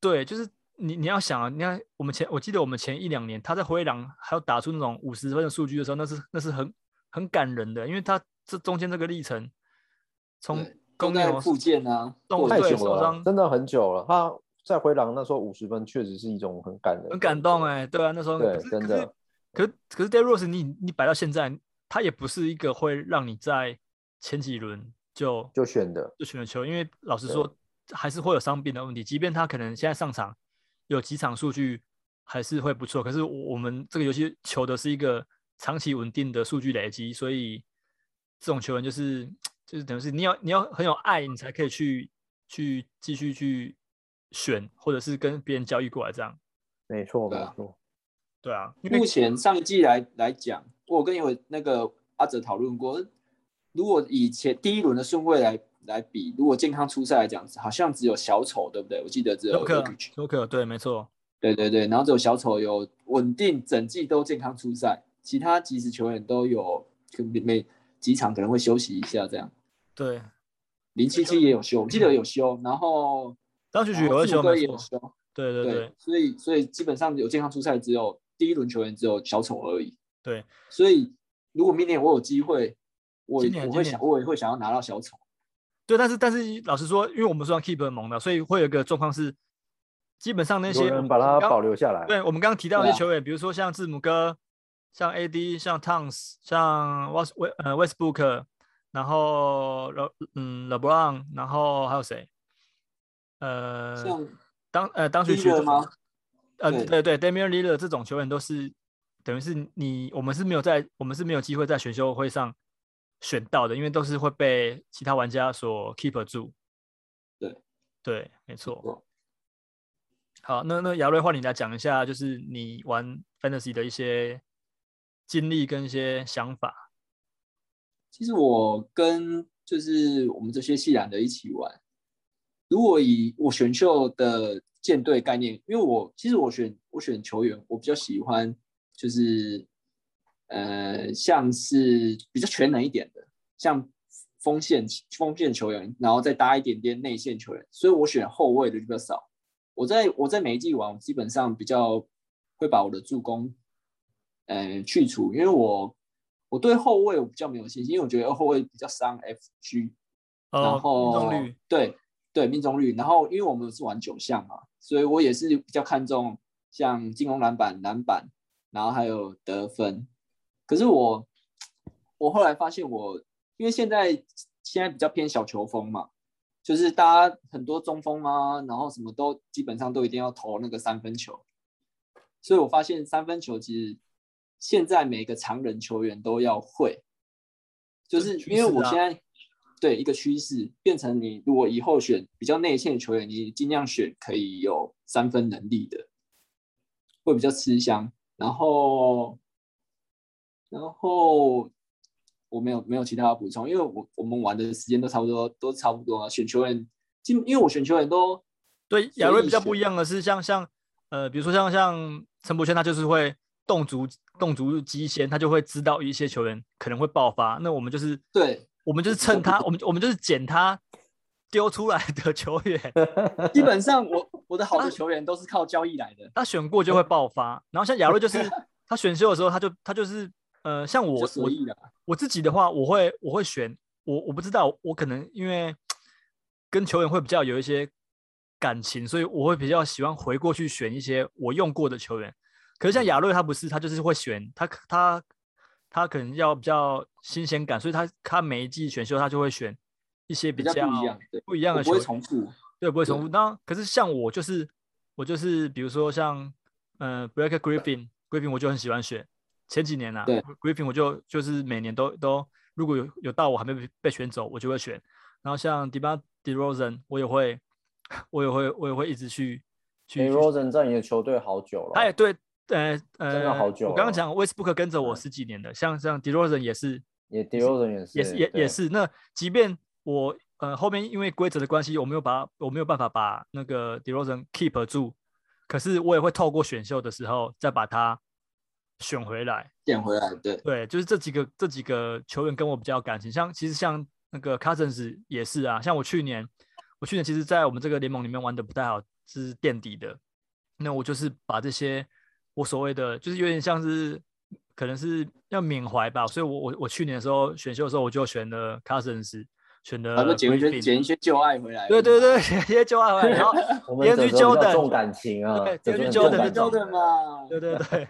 对，就是你你要想啊，你看我们前我记得我们前一两年他在灰狼还有打出那种五十分的数据的时候，那是那是很很感人的，因为他这中间这个历程，从对都公在牛附件啊，动或者太对久受了伤啦，真的很久了。他在回廊那时候五十分，确实是一种很感人的，很感动哎、对啊，那时候对可是真可是的可是可是 d a r Rose 你你摆到现在，他也不是一个会让你在前几轮就就选的。就选了球，因为老实对说，还是会有伤病的问题。即便他可能现在上场有几场数据还是会不错，可是我我们这个游戏求的是一个长期稳定的数据累积，所以这种球员就是就是等于是你要你要很有爱，你才可以去去继续去选，或者是跟别人交易过来这样。没错，对没啊错，对啊，因为目前上一季来来讲，我跟有那个阿哲讨论过，如果以前第一轮的顺位来来比，如果健康出赛来讲，好像只有小丑，对不对？我记得只有 Joker Jokic Joker 对，没错，对对对，然后只有小丑有稳定整季都健康出赛，其他即使球员都有可能每几场可能会休息一下这样。对，零七七也有休，我记得有休，然后张学然学有后的字球母哥没也错有休，对对对对，所以所以基本上有健康出赛只有第一轮球员只有小丑而已。对，所以如果明年我有机会，我今年我会今年想我也会想要拿到小丑。对，但是但是老实说，因为我们是玩 keep 盟的，所以会有一个状况是，基本上那些有我人们把我们他刚保留下来。对我们刚刚提到的那些对啊球员，比如说像字母哥、像 AD、像 Towns、像 West 呃 Westbrook、然后勒嗯 LeBron，然后还有谁？呃，像当呃当时 Lillard 球吗？呃，对对对，Damian l i l l a r 这种球员都是等于是你我们是没有在我们是没有机会在选秀会上选到的，因为都是会被其他玩家所 keep 住。对对，没错。错好，那那亚瑞换你来讲一下，就是你玩 fantasy 的一些经历跟一些想法。其实我跟就是我们这些系篮的一起玩，如果以我选秀的舰队概念，因为我其实我选我选球员，我比较喜欢就是呃像是比较全能一点的，像锋线锋线球员，然后再搭一点点内线球员，所以我选后卫的就比较少。我在我在每一季玩，我基本上比较会把我的助攻，呃，去除，因为我我对后卫我比较没有信心，因为我觉得后卫比较伤 FG，、然哦，命后中率对对命中率，然后因为我们是玩九项嘛，所以我也是比较看重像进攻篮板、篮板，然后还有得分。可是我我后来发现我，因为现在现在比较偏小球风嘛，就是大家很多中锋啊，然后什么都基本上都一定要投那个三分球，所以我发现三分球其实现在每个常人球员都要会，就是因为我这是趋势啊现在、对一个趋势变成你如果以后选比较内线的球员，你尽量选可以有三分能力的，会比较吃香。然后，然后我没有没有其他要补充，因为我我们玩的时间都差不多，都差不多啊。选球员，基因为我选球员都对随亚瑞意比较不一选样的是像，像呃，比如说像像陈柏轩，他就是会动足动足机先，他就会知道一些球员可能会爆发。那我们就是对，我们就是趁他，我们我们就是捡他丢出来的球员，基本上我我的好的球员都是靠交易来的，他选过就会爆发。然后像亚瑞就是 他选秀的时候，他就他就是呃，像比较我随我意的啊。我自己的话，我会我会选我我不知道，我可能因为跟球员会比较有一些感情，所以我会比较喜欢回过去选一些我用过的球员。可嗯是像亚瑞他不是，他就是会选他可他他可能要比较新鲜感，所以他他每一季选秀他就会选一些比比较较不一样对不一样我的不球会员，重复，对，不会重对复。那可是像我就是我就是比如说像呃 Blake Griffin Griffin 我就很喜欢选，前几年啊对，Griffin 我就就是每年都都如果有有到我还没被被选走，我就会选。然后像 d e b a d e r o s e n 我也会我也会我也会一直去去 d。去 r o s e n 在你的球队好久了，他也对，呃呃，真的好久我刚刚了讲 Westbrook 跟着我嗯十几年的，像像 d e r o s e n 也是也 d r o s e n 也是也是也对也是。那即便我呃后面因为规则的关系，我没有把我没有办法把那个 d e r o z e n keep 住，可是我也会透过选秀的时候再把它选回来。捡回来对。对，就是这几个这几个球员跟我比较有感情，像其实像那个 Cousins 也是啊，像我去年我去年其实，在我们这个联盟里面玩的不太好，是垫底的。那我就是把这些我所谓的，就是有点像是可能是要缅怀吧，所以我我我去年的时候选秀的时候，我就选了 Cousins，选然后了捡一些 Griffin 捡一些旧爱回来。呃对对对， 直接揪回来，然后我们 DNG 整个比较 Jordan 重感情啊，对整 DNG 个很旧重 Jordan 的感旧情的嘛，对对对，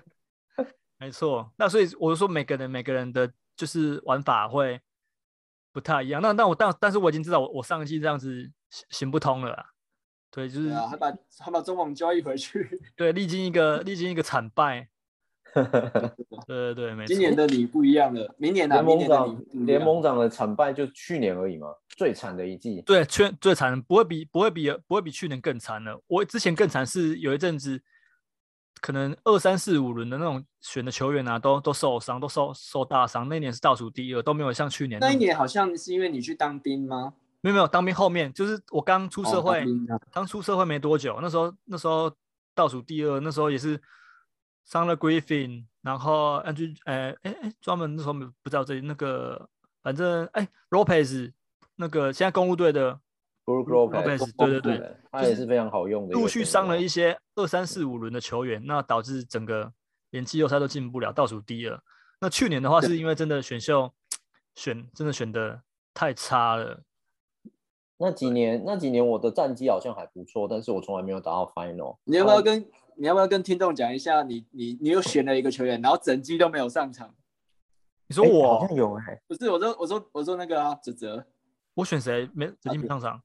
没错。那所以我就说，每个人每个人的就是玩法会不太一样。那那我但但是我已经知道我，我上一季这样子行行不通了啦。对，就是对啊，还把还把中网交易回去。对历经一个历经一个惨败，对对对，没错。今年的你不一样了，明年啊，联明盟年的长你不一样联盟长的惨败就去年而已嘛，最惨的一季。对，最最惨不会比不会比不会比去年更惨了。我之前更惨是有一阵子，可能二三四五轮的那种选的球员啊，都都受伤，都受受大伤。那一年是倒数第二，都没有像去年那一么年好像是因为你去当兵吗？没有没有当兵后面，就是我刚出社哦会，当兵啊刚出社会没多久，那时候那时候倒数第二，那时候也是伤了 Griffin，然后 Andrew，呃，哎哎，专门那时候没不知道这里那个，反正哎 Lopez 那个现在公路队的 Brook Lopez， Lopez，对对对，他就也是是非常好用的一个选手。啊陆续伤了一些二三四五轮的球员，那导致整个连季后赛都进不了，倒数第二。那去年的话，是因为真的选秀选真的选的太差了，那几年，那几年我的战绩好像还不错，但是我从来没有打到 final。你要不要跟你要不要跟听众讲一下你，你你又选了一个球员，然后整季都没有上场，你说我好像有哎、不是，我说我说我说那个啊，泽泽我选谁没啊最近没上场？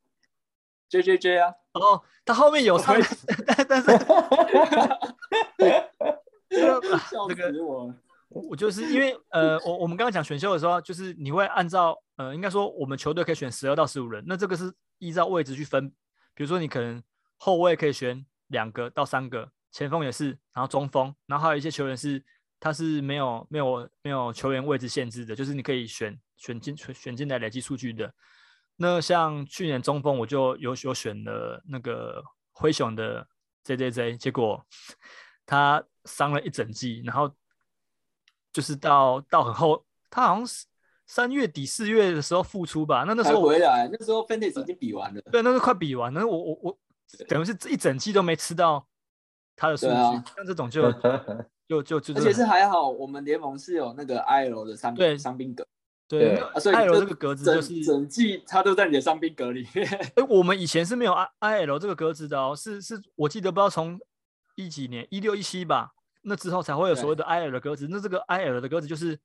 J J J 啊，哦，他后面有上我，但但是笑这个死我了！啊我就是因为呃，我我们刚刚讲选秀的时候，啊就是你会按照呃，应该说我们球队可以选十二到十五人，那这个是依照位置去分，比如说你可能后卫可以选两个到三个，前锋也是，然后中锋，然后还有一些球员是他是没有没有没有球员位置限制的，就是你可以选选进选选进来累积数据的。那像去年中锋我就有有选了那个灰熊的 J J J，结果他伤了一整季，然后就是到到很后，他好像是三月底四月的时候复出吧。那那时才候我回来，那时候 Fantasy 已经比完了，对，那是快比完了，我我我等于是这一整季都没吃到他的数据，对啊像这种呃就 就就就而且是还好，我们联盟是有那个 I L 的伤对伤兵格，对对那啊所以，IL 这这个格子就整是，整季他都在你的伤兵格里面。哎，我们以前是没有 I IL 这个格子的哦，是是我记得不知道从一几年一六一七吧，那之后才会有所谓的 IL 的格子。那这个 IL 的格子就是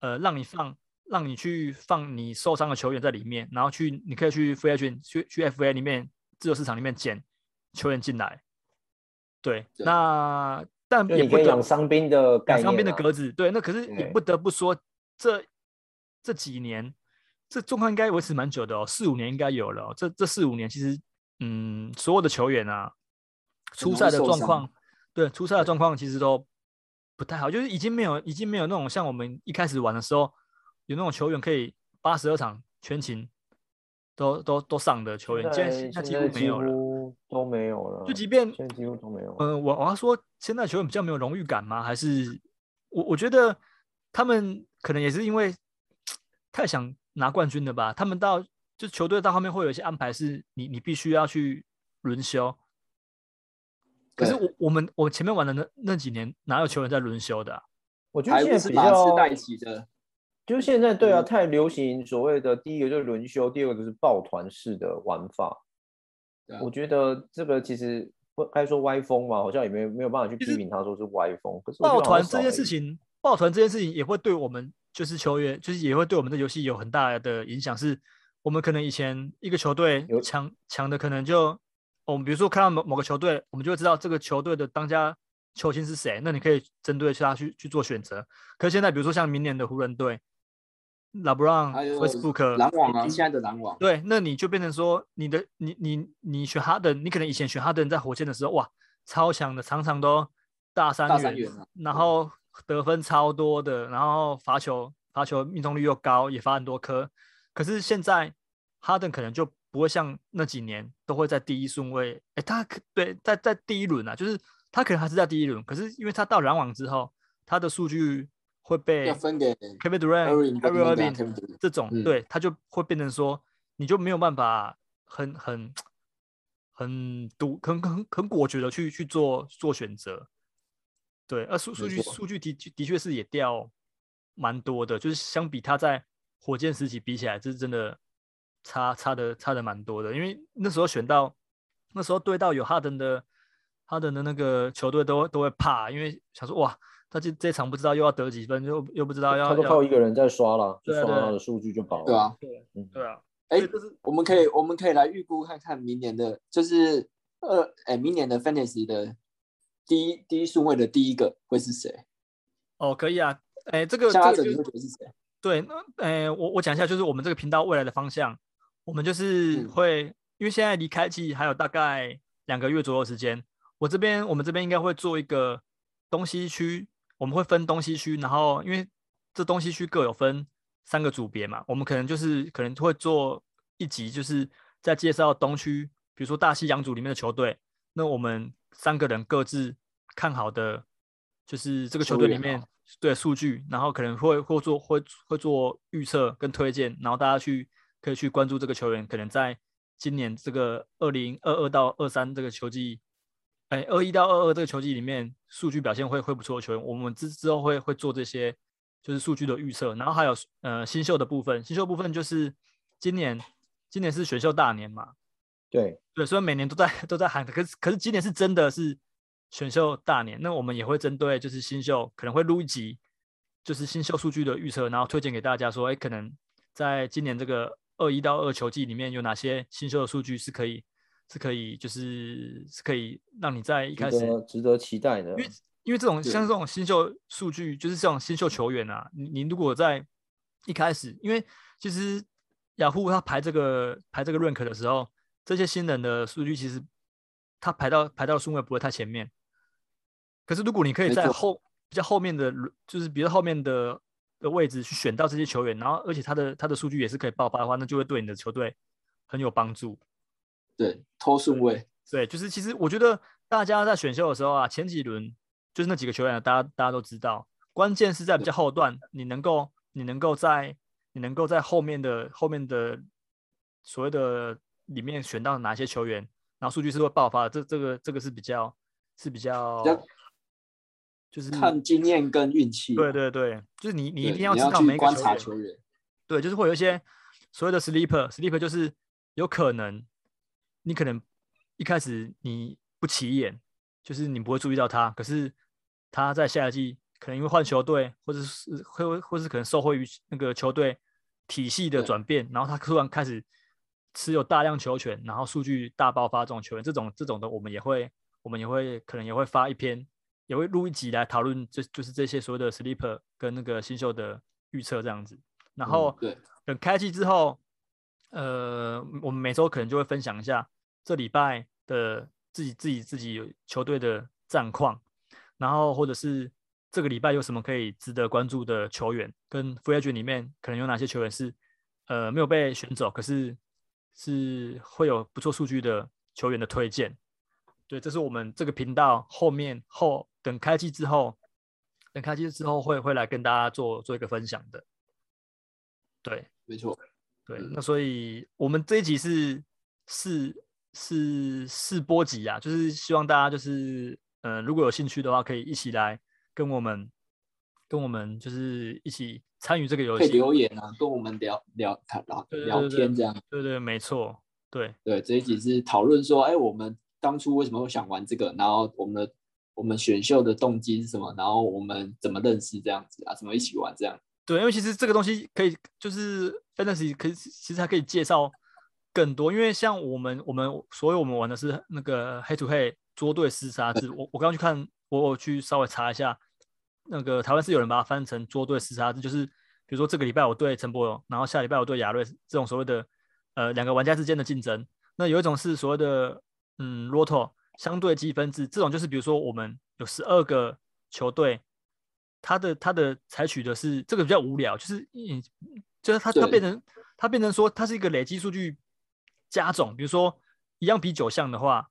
呃，让你放让你去放你受伤的球员在里面，然后去你可以去 free agent 去去 FA 里面自由市场里面捡球员进来。对，对那但就也你不可以得养伤兵的概两念、啊，上面的格子，对，那可是也对不得不说，这这几年这状况应该维持蛮久的哦，四五年应该有了哦、这这四五年其实，嗯，所有的球员啊，初容赛易的受状伤况，对，初赛的状况其实都不太好，就是已经没有已经没有那种像我们一开始玩的时候，有那种球员可以八十二场全勤都都都上的球员，现在现现在在几乎没有了。了，都没有了，就即便现在几乎都没有了。嗯，我我要说，现在球员比较没有荣誉感吗？还是我我觉得他们可能也是因为太想拿冠军了吧？他们到就球队到后面会有一些安排，是你你必须要去轮休。可是对我我们我前面玩的那那几年，哪有球员在轮休的啊、我觉得还现不在是比马较刺，带起的，就是现在对啊，嗯太流行所谓的第一个就是轮休，第二个就是抱团式的玩法。对啊我觉得这个其实不该说歪风嘛，好像也没有没有办法去其实批评他说是歪风。可是我觉抱得团好像这件少事了一情，抱团这件事情也会对我们就是球员，就是也会对我们的游戏有很大的影响。是我们可能以前一个球队有强强的，可能就我们比如说看到某某个球队，我们就会知道这个球队的当家球星是谁，那你可以针对他去去做选择。可是现在，比如说像明年的湖人队，拉布朗、还有 Westbrook、篮网啊，现在的篮网，对，那你就变成说，你的你你你选哈登，你可能以前选哈登在火箭的时候，哇，超强的，常常都大三大元，三元啊然后得分超多的，然后罚球罚球命中率又高，也罚很多颗。可是现在哈登可能就不会像那几年都会在第一顺位，哎，他可对在在第一轮啊，就是他可能还是在第一轮，可是因为他到篮网之后，他的数据会被要分给 Kevin Durant、Kyrie Irving 跟那个 Irving Kevin Durant 这种，嗯对，他就会变成说，你就没有办法很很很独很很很果决的去去做做选择。对，而数数没据错数据的的确是也掉蛮多的，就是相比他在火箭时期比起来，这是真的差差的差的蛮多的。因为那时候选到那时候对到有哈登的哈登的那个球队都都会怕，因为想说哇，他这这场不知道又要得几分，又又不知啊道要他都要靠一个人在刷了，就对啊刷对啊他的数据就饱了。对啊，嗯，对啊，哎所以这是我们可以我们可以来预估看看明年的，就是呃，哎、明年的 Fantasy 的第一第一顺位的第一个会是谁？哦，可以啊，哎，这个这像阿哲，个你会就觉得是谁？对，那哎，我我讲一下，就是我们这个频道未来的方向，我们就是嗯会，因为现在离开季还有大概两个月左右时间，我这边我们这边应该会做一个东西区，我们会分东西区，然后因为这东西区各有分三个组别嘛，我们可能就是可能会做一集，就是在介绍东区，比如说大西洋组里面的球队，那我们三个人各自看好的，就是这个球球队里员面嘛对数据，然后可能会会做会会做预测跟推荐，然后大家去可以去关注这个球员，可能在今年这个二零二二到二三这个球季，哎，二一到二二这个球季里面数据表现会会不错的球员，我们之之后会会做这些就是数据的预测，然后还有呃新秀的部分，新秀部分就是今年今年是选秀大年嘛，对，对，虽然每年都在 都在喊，可是可是今年是真的是选秀大年，那我们也会针对就是新秀可能会录一集，就是新秀数据的预测，然后推荐给大家说，哎，可能在今年这个二一到二球季里面有哪些新秀的数据是可以是可以就是是可以让你在一开值始得值得期待的。因为这种对像这种新秀数据，就是这种新秀球员啊，你你如果在一开始，因为其实雅虎它排这个排这个 rank 的时候，这些新人的数据其实它排到排到的顺位不会太前面。可是如果你可以没在错后比较后面的轮，就是比较后面的的位置去选到这些球员，然后而且他的他的数据也是可以爆发的话，那就会对你的球队很有帮助。对，偷顺位，对，就是其实我觉得大家在选秀的时候啊，前几轮就是那几个球员啊，大家大家都知道，关键是在比较后段，你能够你能够在你能够在后面的后面的所谓的里面选到哪些球员，然后数据是会爆发的，这这个这个是比较是比较较就是看经验跟运气。嗯对对对，就是你你对，一定你要知道去每一个观球察员，球员。对，就是会有一些所谓的 sleeper，sleeper 就是有可能你可能一开始你不起眼，就是你不会注意到他，可是他在下一季可能因为换球队，或者是会或是可能受惠于那个球队体系的对转变，然后他突然开始持有大量球权，然后数据大爆发这种球员，这种这种的我们也会我们也会可能也会发一篇。也会录一集来讨论这，就是这些所谓的 sleeper 跟那个新秀的预测这样子。然嗯后、对等开季之后，呃，我们每周可能就会分享一下这礼拜的自己自己自己球队的战况，然后或者是这个礼拜有什么可以值得关注的球员，跟 free agent 里面可能有哪些球员是呃没有被选走，可是是会有不错数据的球员的推荐。对，这是我们这个频道后面后等开季之后，等开季之后会会来跟大家做做一个分享的。对，没错，对，嗯那所以我们这一集是试试试播集啊，就是希望大家就是，呃，如果有兴趣的话，可以一起来跟我们跟我们就是一起参与这个游可以戏。留言啊，跟我们聊聊谈聊对对聊对对天这样。对对，没错，对对，这一集是讨论说，哎，我们当初为什么会想玩这个，然后我们的我们选秀的动机是什么，然后我们怎么认识这样子啊，怎么一起玩这样。对，因为其实这个东西可以就是 fantasy 可以其实还可以介绍更多，因为像我们我们所有我们玩的是那个黑 to 黑捉对厮杀制，我我刚刚去看我我去稍微查一下，那个台湾是有人把它翻成捉对厮杀制，就是比如说这个礼拜我对陈柏勇，然后下礼拜我对亚瑞，这种所谓的呃两个玩家之间的竞争。那有一种是所谓的嗯 roto 相对积分制，这种就是比如说我们有十二个球队，它的它的采取的是这个比较无聊，就是嗯就是它它对变成它变成说它是一个累积数据加总，比如说一样比九项的话，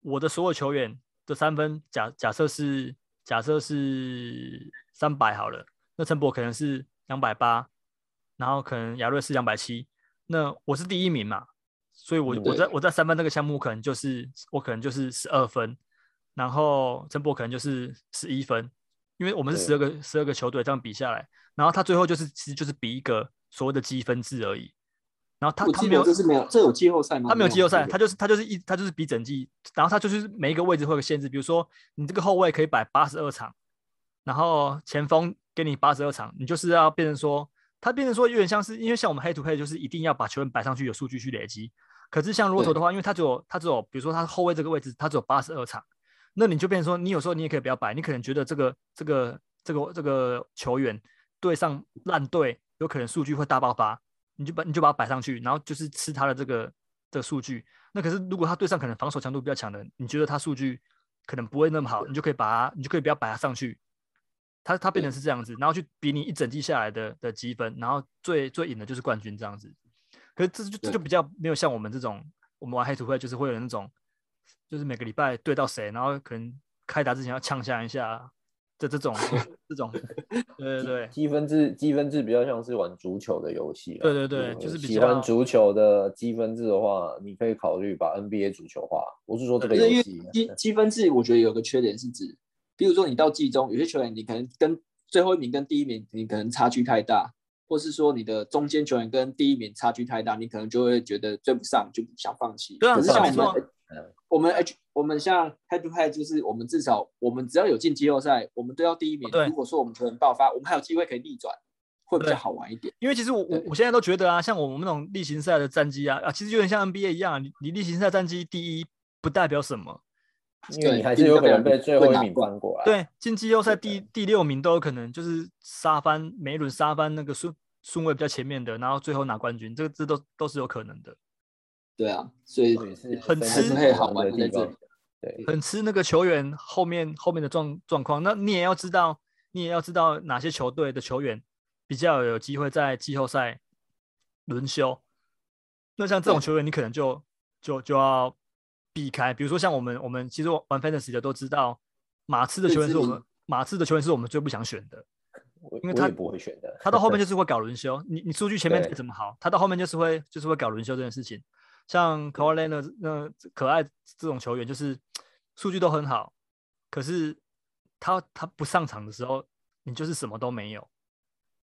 我的所有球员的三分假假设是假设是三百好了，那陈博可能是两百八，然后可能亚瑞是两百七，那我是第一名嘛，所以我我嗯对在我在三分那个项目可能就是我可能就是十二分，然后陈博可能就是十一分，因为我们是十二个十二个球队这样比下来，然后他最后就是其实就是比一个所谓的积分制而已，然后他我他记没有得这是没有，这有季后赛吗？他没有季后赛，对他就是他就是一他就是比整季，然后他就是每一个位置会有个限制，比如说你这个后卫可以摆八十二场，然后前锋给你八十二场，你就是要变成说，他变成说有点像是，因为像我们黑土黑就是一定要把球员摆上去，有数据去累积。可是像罗头的话，因为他只有他只有，比如说他后卫这个位置，他只有八十二场，那你就变成说，你有时候你也可以不要摆，你可能觉得这个这个这个这个球员对上烂队，有可能数据会大爆发，你就把你就把它摆上去，然后就是吃他的这个的数据。那可是如果他对上可能防守强度比较强的，你觉得他数据可能不会那么好，你就可以把他，你就可以不要摆他上去。他他变成是这样子，然后去比你一整季下来的的积分，然后最最赢的就是冠军这样子。可是这就这对就比较没有像我们这种，我们玩黑土会就是会有那种，就是每个礼拜对到谁，然后可能开打之前要呛下一下，这这种这种，对对对，积分制积分制比较像是玩足球的游戏啦。对对对嗯就是比喜较欢足球的积分制的话，你可以考虑把 NBA 足球化。我是说这个不对游因为戏，积积分制，我觉得有个缺点是指，比如说你到季中，有些球员你可能跟最后一名跟第一名你可能差距太大，或是说你的中间球员跟第一名差距太大，你可能就会觉得追不上，就不想放弃。对啊可是像没我错们我们 H 我们像 head to head 就是我们至少我们只要有进季后赛，我们都要第一名。对如果说我们球员爆发，我们还有机会可以逆转，会比较对好玩一点。因为其实我我对我现在都觉得啊，像我们那种例行赛的战绩啊啊，其实有点像 NBA 一样啊，你你例行赛战绩第一不代表什么，因为对你还并是有不可代表能被你最会后一拿名冠翻过来。，对，进季后赛对第第六名都有可能就是杀翻每一轮杀翻那个顺顺位比较前面的，然后最后拿冠军，这个这都都是有可能的，对啊，所以这也是很 Fantasy 吃好会好玩的的地在这方里。很吃那个球员后面后面的状状况。那你也要知道，你也要知道哪些球队的球员比较有机会在季后赛轮休。那像这种对球员，你可能就就就要避开。比如说像我们我们其实玩玩 fantasy 的都知道，马刺的最球员知是我名们马刺的球员是我们最不想选的。我因为我他也不会选的。他到后面就是会搞轮休。你你数据前面再对怎么好，他到后面就是会就是会搞轮休这件事情。像 k a w h i l e 那可爱这种球员，就是数据都很好，可是他他不上场的时候，你就是什么都没有。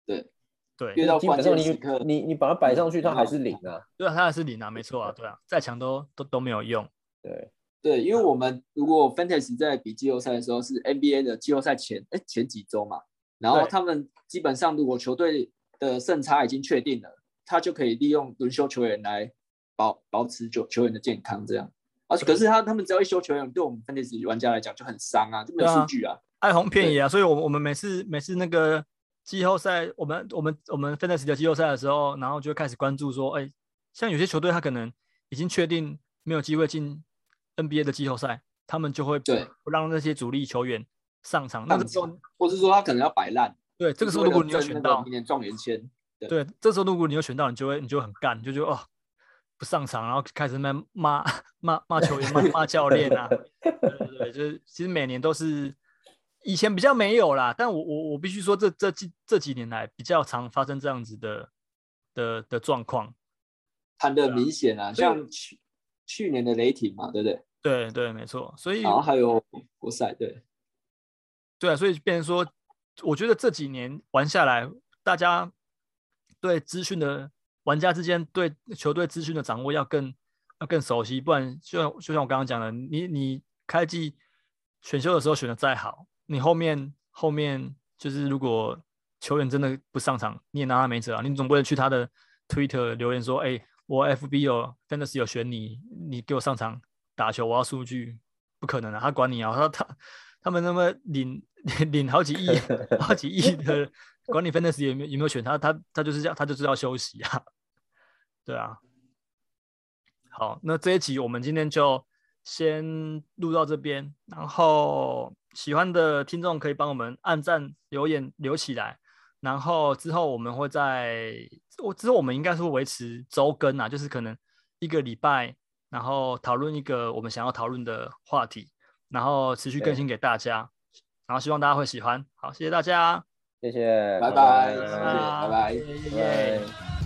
对对，因为到基本关上键你时刻你你把它摆上去，它嗯还是零啊。对啊，他还是你拿没错啊，对啊，再强都都都没有用。对，对，因为我们如果 Fantasy 在比季后赛的时候是 NBA 的季后赛前，哎前几周嘛，然后对他们基本上如果球队的胜差已经确定了，他就可以利用轮休球员来保保持球球员的健康这样。而且可是他他们只要一休球员，对我们 Fantasy 玩家来讲就很伤啊，就没有对啊数据啊。爱红遍对野啊，所以我们我们每次每次那个季后赛，我们我们我们 fantasy 的季后赛的时候，然后就会开始关注说，哎，像有些球队他可能已经确定没有机会进 NBA 的季后赛，他们就会不对不让那些主力球员上场。那上个时候，或是说他可能要摆烂。对这个就是时候为如果了你有争选那个到明，年状元签，对，这时候如果你有选到，你就会你就很干，你就觉得哦不上场，然后开始在那边骂骂骂球员、骂骂教练啊，对对对，就是其实每年都是以前比较没有啦，但我我我必须说这这几这几年来比较常发生这样子的的的状况。谈的明显啊，所以像去去年的雷霆嘛，对不对？对对，没错，所以然后还有活塞，对对啊，所以变成说，我觉得这几年玩下来，大家对资讯的玩家之间对球队资讯的掌握要更要更熟悉，不然就像就像我刚刚讲的，你你开季选秀的时候选的再好，你后面后面就是如果球员真的不上场，你也拿他没辙啊，你总不能去他的 Twitter 留言说，哎，我 FB 有 Fantasy 有选你，你给我上场打球，我要数据，不可能啊，他管你啊，他他。他们那么领 领好几亿、好几亿的管理 fantasy 有没有有没有选他？他他就是要他就是要休息啊，对啊。好，那这一集我们今天就先录到这边，然后喜欢的听众可以帮我们按赞、留言留起来，然后之后我们会在我之后我们应该是会维持周更啊，就是可能一个礼拜，然后讨论一个我们想要讨论的话题，然后持续更对新给大家，然后希望大家会喜欢。好，谢谢大家，谢谢，拜拜拜谢谢拜拜耶耶拜啊耶拜。